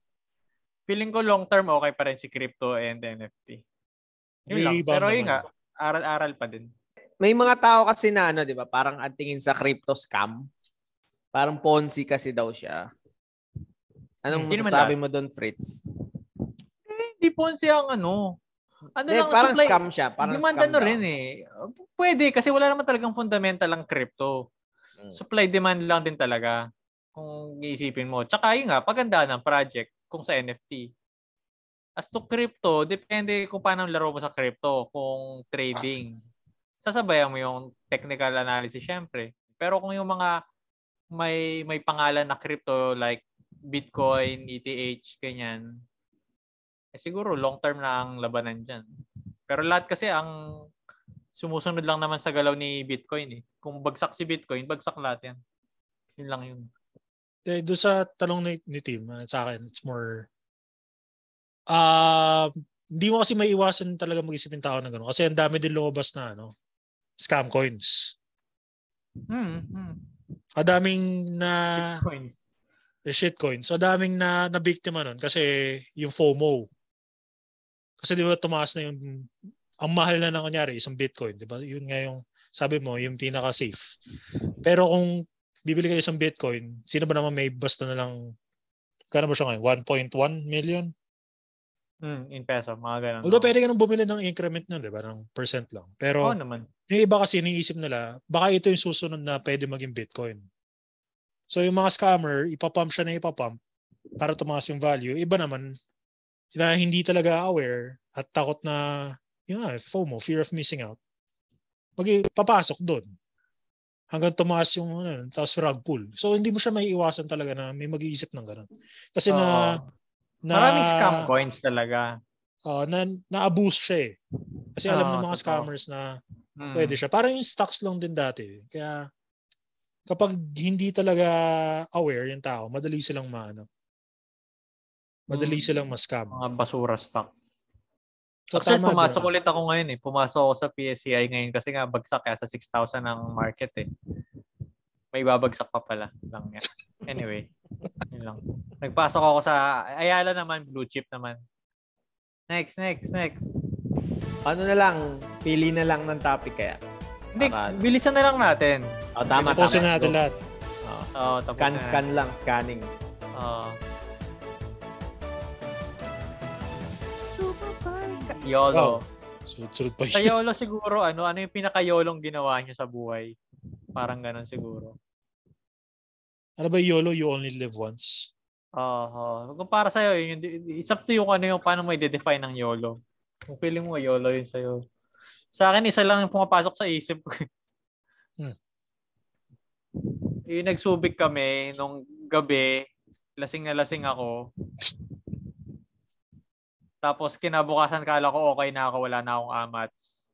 Feeling ko long term okay pa rin si crypto and NFT. Yun lang. Rebound Pero yun naman. nga, aral-aral pa din. May mga tao kasi na ano, 'di ba? Parang ang tingin sa crypto scam. Parang Ponzi kasi daw siya. Anong Hindi naman masasabi mo doon, Fritz? Eh, hindi Ponzi ang ano. Ano Hindi, lang, parang supply, scam siya. Parang demand scam ano daw. rin eh. Pwede kasi wala naman talagang fundamental ang crypto. Mm. Supply demand lang din talaga kung iisipin mo. Tsaka yun nga, paganda ng project kung sa NFT. As to crypto, depende kung paano laro mo sa crypto, kung trading. Sasabayan mo yung technical analysis syempre. Pero kung yung mga may may pangalan na crypto like Bitcoin, ETH, ganyan, eh, siguro long term na ang labanan dyan. Pero lahat kasi ang sumusunod lang naman sa galaw ni Bitcoin eh. Kung bagsak si Bitcoin, bagsak lahat yan. Yun lang yun. Eh, doon sa tanong ni, ni Tim, uh, sa akin, it's more, ah, hindi mo kasi maiwasan talaga mag-isip yung tao ng gano'n. Kasi ang dami din lumabas na, ano, scam coins. Hmm, hmm. Ang daming na, Bitcoins. shit coins. Ang daming na, na biktima nun kasi yung FOMO. Kasi di ba tumaas na yung, ang mahal na na kunyari, isang Bitcoin. Di ba? Yun nga yung, sabi mo, yung pinaka-safe. Pero kung bibili ka isang Bitcoin, sino ba naman may basta na lang, kano ba siya ngayon? 1.1 million? Hmm, in peso, mga ganun. Although pwede ka nang bumili ng increment nun, di ba? Ng percent lang. Pero Oo naman. yung iba kasi iniisip nila, baka ito yung susunod na pwede maging Bitcoin. So yung mga scammer, ipapump siya na ipapump para tumaas yung value. Iba naman, na hindi talaga aware at takot na, yun nga, FOMO, fear of missing out, mag papasok doon. Hanggang tumaas yung ano, tapos rug pull. So hindi mo siya may iwasan talaga na may mag-iisip ng ganun. Kasi na, Oo. na... Maraming scam coins talaga. Ah, na, na-abuse siya eh. Kasi alam Oo, ng mga Ah, totoo. scammers na Hmm. pwede siya. Parang yung stocks lang din dati. Kaya kapag hindi talaga aware yung tao, madali silang maano. Madali Mm. silang ma-scam. Mga basura stock. So Actually, tama pumasok din. ulit ako ngayon eh. Pumasok ako sa PSCI ngayon kasi nga bagsak kaya sa 6,000 ang market eh. May babagsak pa pala lang yan. Anyway, yun lang. Nagpasok ako sa Ayala naman, blue chip naman. Next, next, next. Ano na lang, pili na lang ng topic kaya. Hindi, Tama. bilisan na lang natin. O, tama, tama. Tapusin natin Go. lahat. Oo. Oh, tapos Scan, na. scan lang. Scanning. Oo. Super bike. YOLO. Sunod-sunod pa Sa yun. YOLO siguro, ano, ano yung pinaka-YOLOng ginawa nyo sa buhay? Parang ganun siguro. Ano ba YOLO? You only live once. Oo. Kung para sa'yo, yun, yung- it's up to you kung ano yung paano mo i-define ng YOLO. Kung feeling mo YOLO yun sa'yo. Sa akin, isa lang yung pumapasok sa isip ko. Hmm. Yung nagsubik kami nung gabi, lasing na lasing ako. Tapos kinabukasan kala ko okay na ako, wala na akong amats.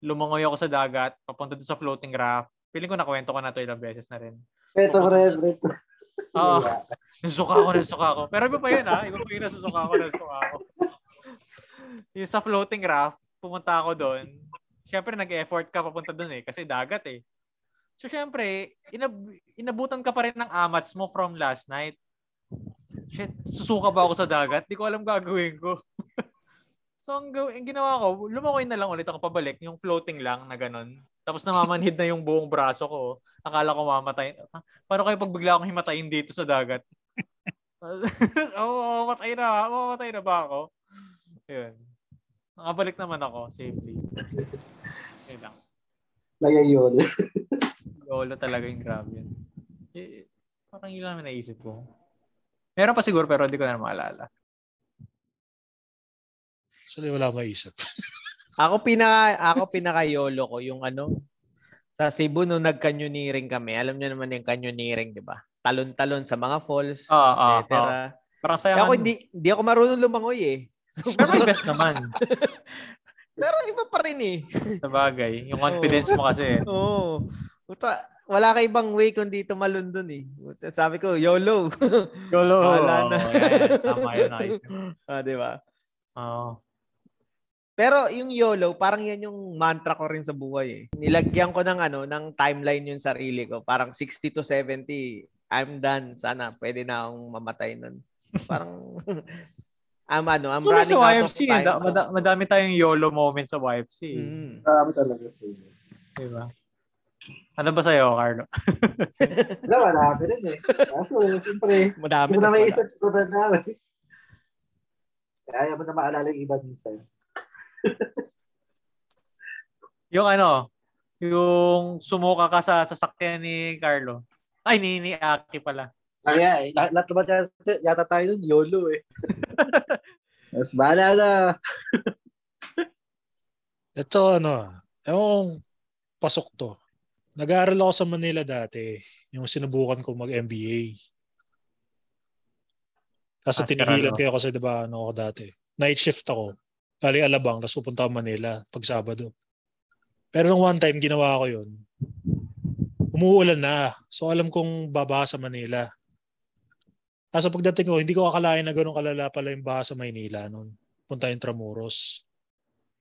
Lumangoy ako sa dagat, papunta doon sa floating raft. Piling ko nakwento ko na to ilang beses na rin. Ito, pre, pre. Oo. Ah, Nasuka ako, nasuka ako. Pero iba pa yun ha. Iba pa yun nasusuka ako, nasuka ako. yung sa floating raft, pumunta ako doon. Siyempre, nag-effort ka papunta doon eh. Kasi dagat eh. So, siyempre, inab- inabutan ka pa rin ng amats mo from last night. Shit, susuka ba ako sa dagat? Di ko alam gagawin ko. so, ang, gaw- ang ginawa ko, lumakoy na lang ulit ako pabalik. Yung floating lang na ganun. Tapos namamanhid na yung buong braso ko. Akala ko mamatay. Paano kayo pag bigla akong himatayin dito sa dagat? Oo, oh, matay na. Oo, matay na ba ako? Yun. Nakabalik naman ako. Safely. Yun lang. Lagay yun. Lolo talaga yung grabe yun. Eh, parang yun lang yung naisip ko. Meron pa siguro pero hindi ko na maalala. Actually, wala maisip. Ako pinaka ako pinaka yolo ko yung ano sa Cebu nung nag-canyoneering kami. Alam niyo naman yung canyoneering, 'di ba? Talon-talon sa mga falls, Oo, oo, etc. Parang saya Ako hindi hindi ako marunong lumangoy eh. So, Pero may best naman. pero iba pa rin eh. Sa bagay. Yung confidence mo kasi. Oo. Puta, wala ka ibang way kundi tumalon dun eh. Puta, Sabi ko, YOLO. Lolo. Wala na. Tama yun. naisip. ah, 'di ba? Oo. Pero yung YOLO, parang yan yung mantra ko rin sa buhay eh. Nilagyan ko ng ano, ng timeline yung sarili ko. Parang 60 to 70, I'm done. Sana pwede na akong mamatay nun. Parang I'm ano, I'm Ano sa running out of YFC, time. da- so- mada- madami tayong YOLO moments sa YFC. Mm. Marami talaga siya. Diba? Ano ba sa'yo, Carlo? Wala, wala ka rin eh. Kaso, siyempre, hindi Madami mo na eh. tas may wala. isip sa sobrang namin. Kaya ayaw mo na maalala yung iba minsan. yung ano, yung sumuka ka sa sasakyan ni Carlo. Ay, ni, ni Aki pala. Ang yeah, eh. lahat, lahat naman yata, yata tayo nun, YOLO eh. Mas bahala na. Ito ano, ewan kong pasok to. Nag-aaral ako sa Manila dati, yung sinubukan ko mag-MBA. Kaso Ah, tinigilan sarado. kayo kasi diba ano ako dati. Night shift ako. Galing Alabang, tapos pupunta ako Manila pag Sabado. Pero nung one time ginawa ko yun, umuulan na. So alam kong babaha sa Manila. Kaso pagdating ko, hindi ko akalain na ganun kalala pala yung baha sa Maynila noon. Punta yung Tramuros.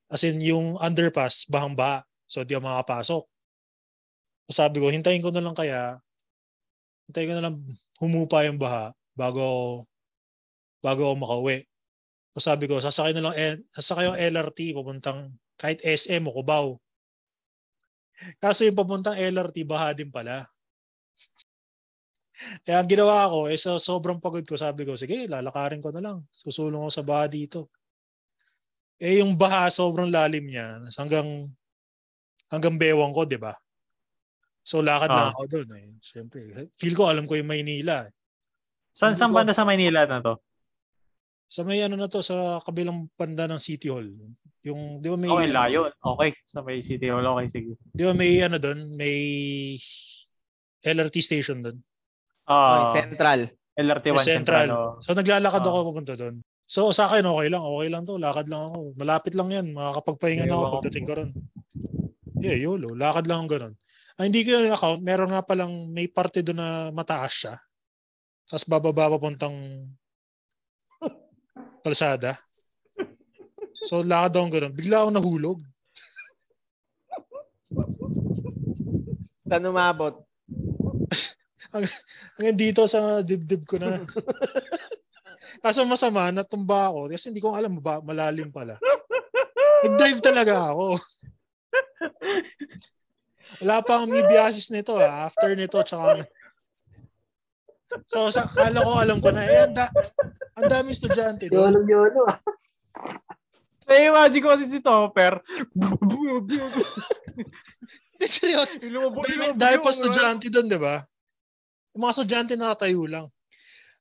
As in, yung underpass, bahang-baha. So, di ako makapasok. So, sabi ko, hintayin ko na lang kaya, hintayin ko na lang humupa yung baha bago ako, bago ako makauwi. So, sabi ko, sasakay na lang, eh, sasakay yung LRT papuntang kahit SM o Cubao. Kaso yung papuntang LRT, baha din pala. Kaya ang ginawa ko, eh, sa sobrang pagod ko, sabi ko, sige, lalakarin ko na lang. Susulong ako sa baha dito eh yung baha sobrang lalim niya hanggang hanggang bewang ko, 'di ba? So lakad na Ah. ako doon eh. Syempre, feel ko alam ko yung Maynila. eh. Saan, saan banda sa Maynila na to? Sa may ano na to sa kabilang banda ng City Hall. Yung 'di ba may Okay, Oh, layo. Okay, sa may City Hall. Okay, sige. 'di ba may ano doon, may LRT station doon. Ah, Okay, central. LRT1 Central. Central. oh. So naglalakad Ah. ako papunta doon. So sa akin okay lang, okay lang to, lakad lang ako. Malapit lang 'yan, makakapagpahinga na Bewang ako ako. pagdating ko ron. Yeah, YOLO, lakad lang ako ganun. Ah, hindi ko yung account, meron nga palang may parte doon na mataas siya. Tapos bababa papuntang kalsada. So lakad ako ganun. Bigla akong nahulog. Saan umabot? Hanggang dito sa dibdib ko na. Kaso masama, natumba ako. Kasi hindi ko alam, ba, malalim pala. Nag-dive talaga ako. Wala pa akong mibiasis nito ha. After nito, tsaka... So, sa, kala ko alam ko na. Eh, ang, da, ang daming estudyante doon. YOLO, YOLO. ah. Na-imagine ko kasi si Topper. Hindi, seryoso. Ilubo, Dahil, dahil pa estudyante doon, di ba? Yung mga estudyante nakatayo lang.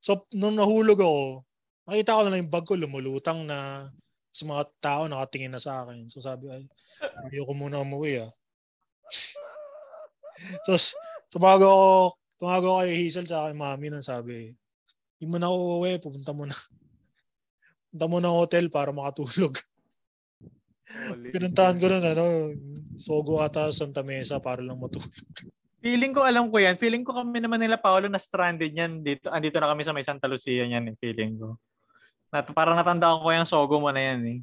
So, nung nahulog ako, nakita ko na lang yung bag ko lumulutang na sa mga tao nakatingin na sa akin. So, sabi ko, ay, ayoko muna umuwi ah. Tapos, tumago ako, tumago ako kay Hazel sa akin, mami, nang sabi, hindi mo na ako uuwi, pupunta mo na. Punta mo na hotel para makatulog. Pinuntahan ko nun, ano, Sogo ata Santa Mesa para lang matulog. Feeling ko alam ko yan. Feeling ko kami naman nila Paolo na stranded yan. Dito, andito na kami sa may Santa Lucia yan eh. Feeling ko. Nat parang natandaan ko yung sogo mo na yan eh.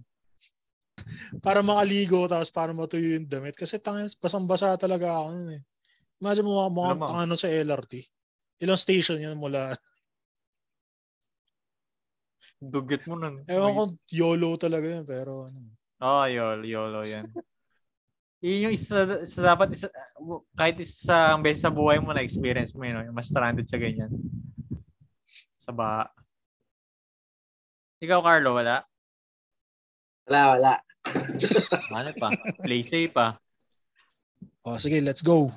para makaligo tapos para matuyo yung damit kasi tangin basang-basa talaga ako nun eh. Imagine mo mga mga Alam mo. tanga nun sa LRT. Ilang station yun mula. Dugyot mo nun. Ewan ko, YOLO talaga yun. Pero ano. Oh, yolo, yolo yan. Yun yung isa, isa dapat isa, kahit isang beses sa buhay mo na experience mo yun, no? yung mas stranded sa ganyan. Sa ba. Ikaw, Carlo, wala? Wala, wala. Ano pa? Play safe ah. pa. Oh, sige, let's go.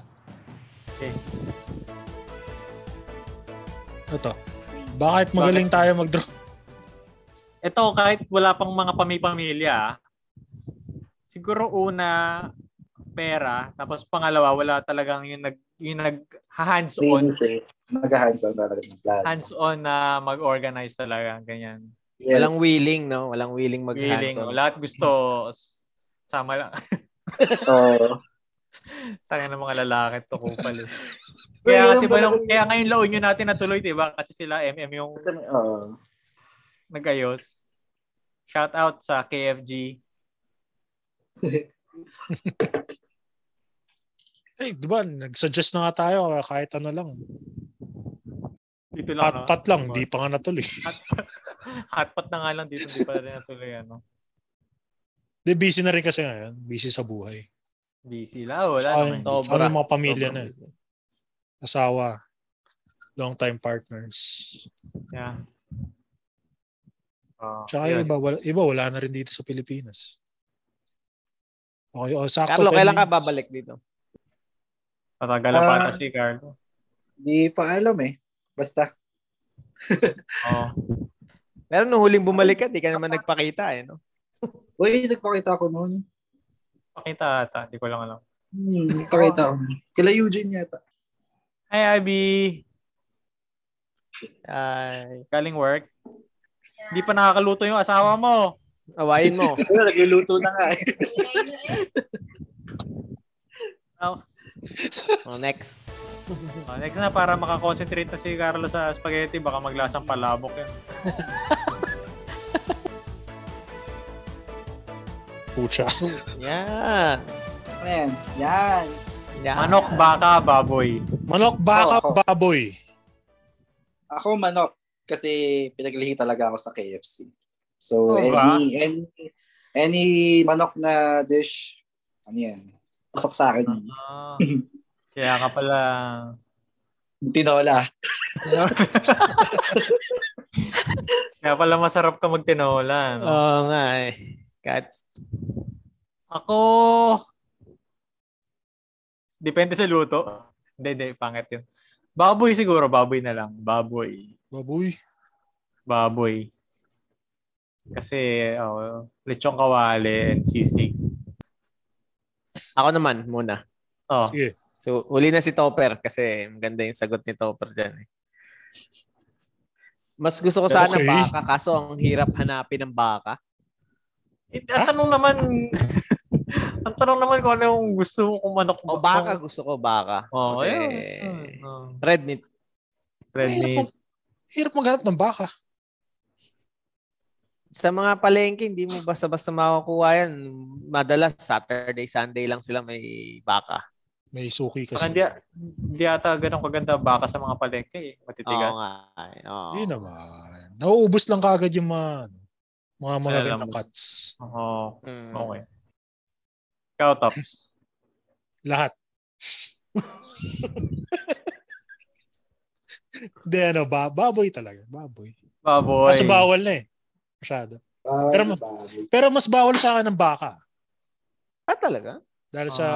Okay. Ito. Bakit magaling tayo mag-draw? Ito, kahit wala pang mga pamipamilya, ah, siguro una, pera, tapos pangalawa, wala talagang yung nag, yung nag hands-on, Means eh. Mag-hands on talaga ng plan. hands-on na mag-organize talaga, ganyan. Yes. Walang willing, no? Walang willing mag Feeling, oh, lahat gusto, s- sama lang. Oo. Tanga ng mga lalaki to ko pala. Pero kaya, yun diba, talaga nung, yun. kaya ngayon loon yun natin natuloy, diba? Kasi sila MM yung Kasi, oo. nagayos. Shout out sa KFG. Eh, di ba? Nag-suggest na nga tayo kahit ano lang. Dito lang, no? Pat, pat lang, di pa nga natuloy. Hotpot na nga lang dito, di pa rin natuloy, ano? Di, busy na rin kasi ngayon. Busy sa buhay. Busy lang, Ah, wala naman. Ayun, Sobra. Ayun, mga pamilya na. eh. Asawa. Long-time partners. Yeah. Oh, Tsaka yung Ah, yun. iba, wala, iba wala na rin dito sa Pilipinas. Okay, oh, sakto. Carlo, 10 kailan ka minutes. babalik dito? Matagal na pata Ah. si Carlo. Di pa alam eh. Basta. Oh. Pero nung huling bumalik ka, di ka naman nagpakita eh, no? Uy, nagpakita ako noon. Pakita ata, hindi ko lang alam. Hmm, nagpakita ako. Sila Eugene yata. Hi, Abby. Ay, Galing work. Hindi pa nakakaluto yung asawa mo. awayin mo. Ayun, Ano, nagluluto na nga eh. Oh, next. Oh, next na, para makakonsentrate na si Carlo sa spaghetti, baka maglasang palabok yan. Pucha. Yan. Ayan. Yan. Yan. Manok, baka, baboy. Manok, baka, Oo, oo. baboy. Ako manok. Kasi pinaglihi talaga ako sa KFC. So, Oo ba? any, any, any manok na dish, ano yan, pasok sa akin. Ah, kaya ka pala. Tinola. Kaya pala masarap ka magtinola. Oo No? nga eh. Kahit Ako, depende sa luto. Hindi, hindi, pangit yun. Baboy siguro, baboy na lang. Baboy. Baboy. Baboy. Kasi, oh, lechong kawali and sisig. ako naman muna. Oh, Sige. So, huli na si Topper kasi maganda yung sagot ni Topper dyan eh. Mas gusto ko sana Okay. baka kaso ang hirap hanapin ng baka. It, ang tanong naman, ang tanong naman kung ano yung gusto mo kung manok O baka gusto ko baka. Oh, Kasi ayun. Mm, oh. red meat. Red Ay, hirap meat. mag- Hirap maghanap ng baka. Sa mga palengke, hindi mo basta-basta makukuha yan. Madalas Saturday, Sunday lang sila may baka. May suki kasi. Baka Hindi, hindi ata ganun kaganda baka sa mga palengke. eh. Matitigas. Oo nga. eh. Oo. Hindi naman. Nauubos lang kagad yung mga, mga magagandang Alam. cuts. Oo. Mm. okay. Ikaw, Tops. Lahat. Hindi, ano, ba, baboy talaga. Baboy. Baboy. Kasi bawal na eh. Masyado. Pero mas- Pero mas bawal sa akin ng baka. Ah, talaga? Dahil sa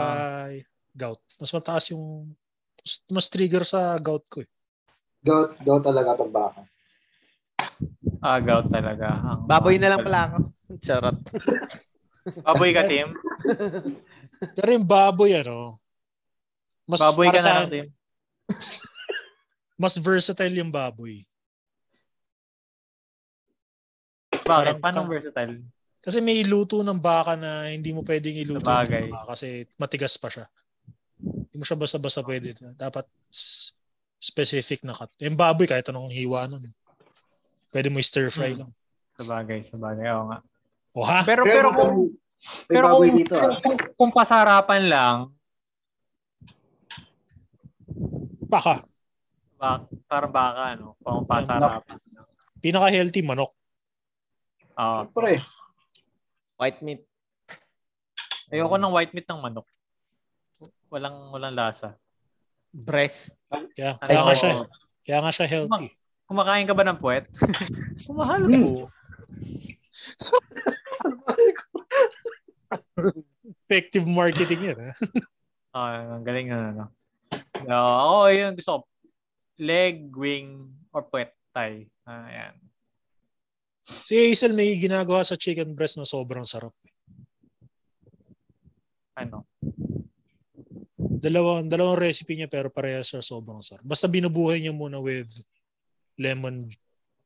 Ah. gout. Mas mataas yung mas trigger sa gout ko eh. Goat, goat talaga itong baka. Agaw talaga. Ang- Baboy na lang pala ako. Charot. Baboy ka, Tim. Pero yung baboy ano, mas Baboy para ka sa na lang, akin, Tim. mas versatile yung baboy. Bakit? Parang- Paano versatile? Kasi may iluto ng baka na hindi mo pwedeng iluto ng Sabagay. baka kasi matigas pa siya. Hindi mo siya basta-basta pwede. Dapat s- specific na cut. Yung baboy, kahit anong hiwa nun. Pwede mo stir fry Hmm. lang. Sabagay, sabagay. Oo nga. O ha? Pero, pero, kung, may pero baboy kung, dito ah. kung, kung pasarapan lang, Baka. bak, parang baka, ano, no? Kung pasarapan. Pinaka-healthy manok. Ah. Oo. Siyempre. White meat. Ayoko ng white meat ng manok. Walang walang lasa. Breast. Kaya, Ano kaya nga ko? siya. eh. Kaya nga siya healthy. Kumakain ka ba ng puwet? Kumahal ko. Effective marketing yun. Ha? Ah, ang galing na ano. Ah, ako, yun, gusto ko. Leg, wing, or puwet thigh. Ah, yan. Si Hazel may ginagawa sa chicken breast na sobrang sarap. Ano? Dalawang, dalawang recipe niya pero parehas siya sobrang sarap. Basta binubuhay niya muna with lemon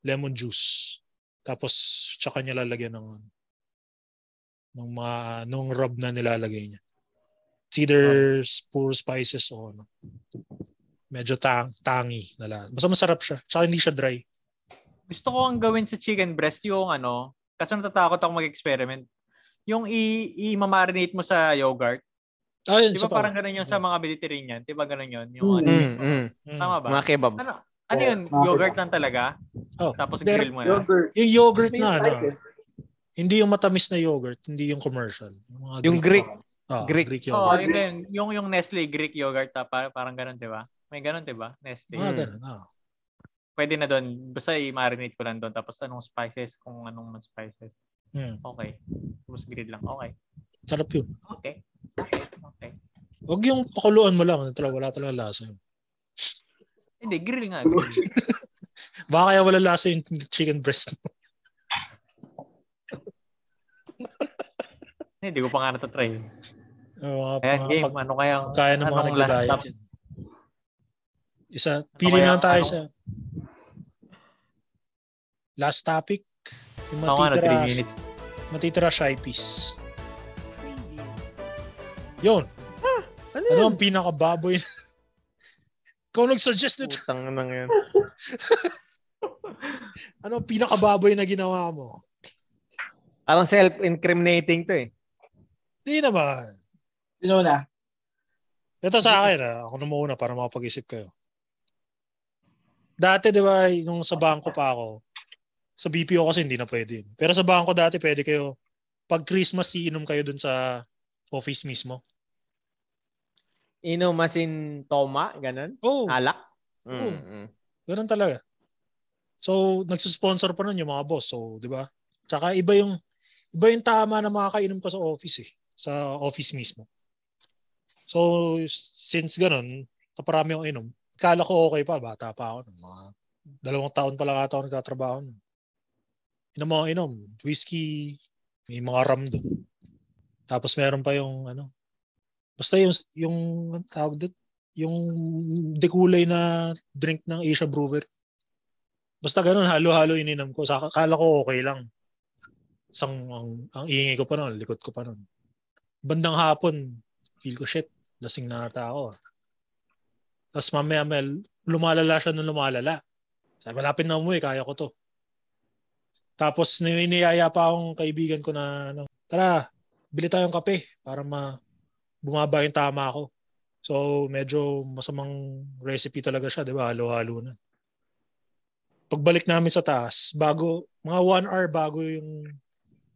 lemon juice. Tapos tsaka niya lalagyan ng ng mga nung rub na nilalagay niya. It's either Ah. pure spices o ano. Medyo tang, tangy na lang. Basta masarap siya. Tsaka hindi siya dry. Gusto ko ang gawin sa chicken breast yung ano, kasi natatakot ako mag-experiment. Yung i- i-marinate mo sa yogurt. Ah, yun. Di isa ba pa. parang ganun yung sa mga Mediterranean? Di ba ganun yun? Yung ano, Mm, mm. Mm. tama ba? Mga kebab. Ano, ano yun? Yes, mga Yogurt kebab. lang talaga? Oh, Tapos pero- grill mo na? Yogurt. Yung yogurt May na, ano, spices. hindi yung matamis na yogurt, hindi yung commercial. Yung, mga Yung Greek. ah, Greek. Greek Oo, oh, yogurt. yun din. Yung, yung Nestle Greek yogurt, ah, par- parang ganun, di ba? May ganun, di ba? Nestle. Mga Mm. ganun, ah. Pwede na doon. Basta i-marinate ko lang doon. Tapos anong spices, kung anong man spices. Mm. Okay. Tapos grill lang. Okay. Sarap yun. Okay. Huwag yung pakuluan mo lang. Talaga, wala talaga lasa. yun. Hindi, grill nga. Grill. Baka kaya wala lasa yung chicken breast mo. Hindi ko pa nga natatry. Oo, mga, Ayan, mga game. pag- ano kaya? kaya ng mga anong last nagda-diet. stop? yan. Isa, pili kaya na lang tayo ang- sa last topic. Yung Ako ano, 3 matitira, minutes. matitira shy piece. Yun. Ano ang pinakababoy? Ikaw nag-suggest nito. Putang na ngayon. Ano ang pinakababoy na ginawa mo? Parang self-incriminating to eh. Hindi naman. Sino na? Ito sa akin, ah. ako na muna para makapag-isip kayo. Dati, di ba, nung sa bangko pa ako, sa BPO kasi hindi na pwede. yun. Pero sa bangko dati, pwede kayo, pag Christmas, iinom kayo dun sa office mismo. Ino masin toma, ganun. Oh, Alak. Oo. Mm, mm. ganun talaga. So, nagsusponsor pa nun yung mga boss. So, di ba? Tsaka iba yung, iba yung tama na makakainom ka sa office eh. Sa office mismo. So, since ganun, kaparami akong inom. Kala ko okay pa, bata pa ako. nun. Mga dalawang taon pa lang ata ako nagtatrabaho. nun. Inom ako inom. Whiskey, may mga rum doon. Tapos meron pa yung ano. Basta yung, yung ano tawag doon, yung dekulay na drink ng Asia Brewer. Basta ganun, halo-halo ininom ko. Sa, kala ko okay lang. Isang, ang, ang iingay ko pa noon, likod ko pa noon. Bandang hapon, feel ko shit, lasing na ata ako. Tapos mamaya, mel, lumalala siya nung lumalala. Sabi, malapit na umuwi, kaya ko to. Tapos niniyaya pa akong kaibigan ko na, ano, tara, bili tayong kape para ma bumaba yung tama ko. So, medyo masamang recipe talaga siya, di ba? Halo-halo na. Pagbalik namin sa taas, bago, mga one hour bago yung,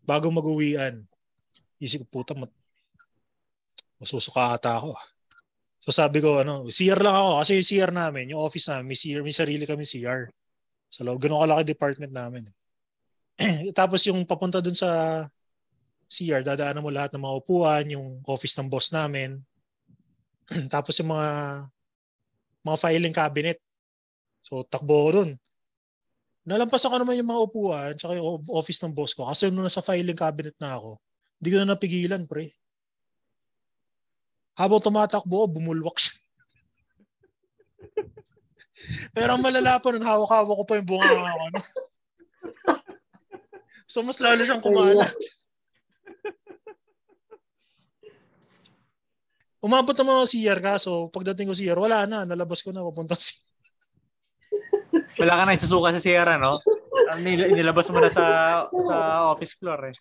bago mag-uwian, isip ko, puta, mat- masusuka ata ako. ah." So, sabi ko, ano, CR lang ako. Kasi yung CR namin, yung office namin, may CR, may sarili kami CR. Sa loob, ganun kalaki department namin. Tapos yung papunta dun sa CR, dadaanan mo lahat ng mga upuan, yung office ng boss namin, Tapos yung mga mga filing cabinet. So takbo ko dun. Nalampasan ko naman yung mga upuan tsaka yung o- office ng boss ko. Kasi nung nasa filing cabinet na ako, hindi ko na napigilan, pre. Habang tumatakbo, bumulwak siya. Pero ang malala pa nun, hawak-hawak ko pa yung bunga ng ano. So mas lalo siyang kumalat. Umabot naman ako CR kaso pagdating ko CR, wala na. Nalabas ko na papunta CR. Wala ka na isusuka sa Sierra, no? Ang nil- nilabas mo na sa sa office floor, eh.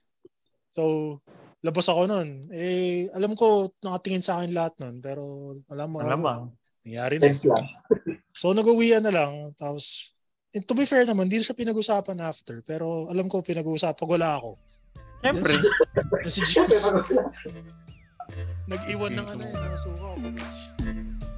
So, labas ako nun. Eh, alam ko, nakatingin sa akin lahat nun. Pero, alam mo, Alam ba? nangyari na. Times lang. So, nag-uwian na lang. Tapos, and to be fair naman, hindi siya pinag-usapan after. Pero, alam ko, pinag-uusapan. Pag wala ako, Siyempre. na si James, nag-iwan ng ano yun. Nasuka ako.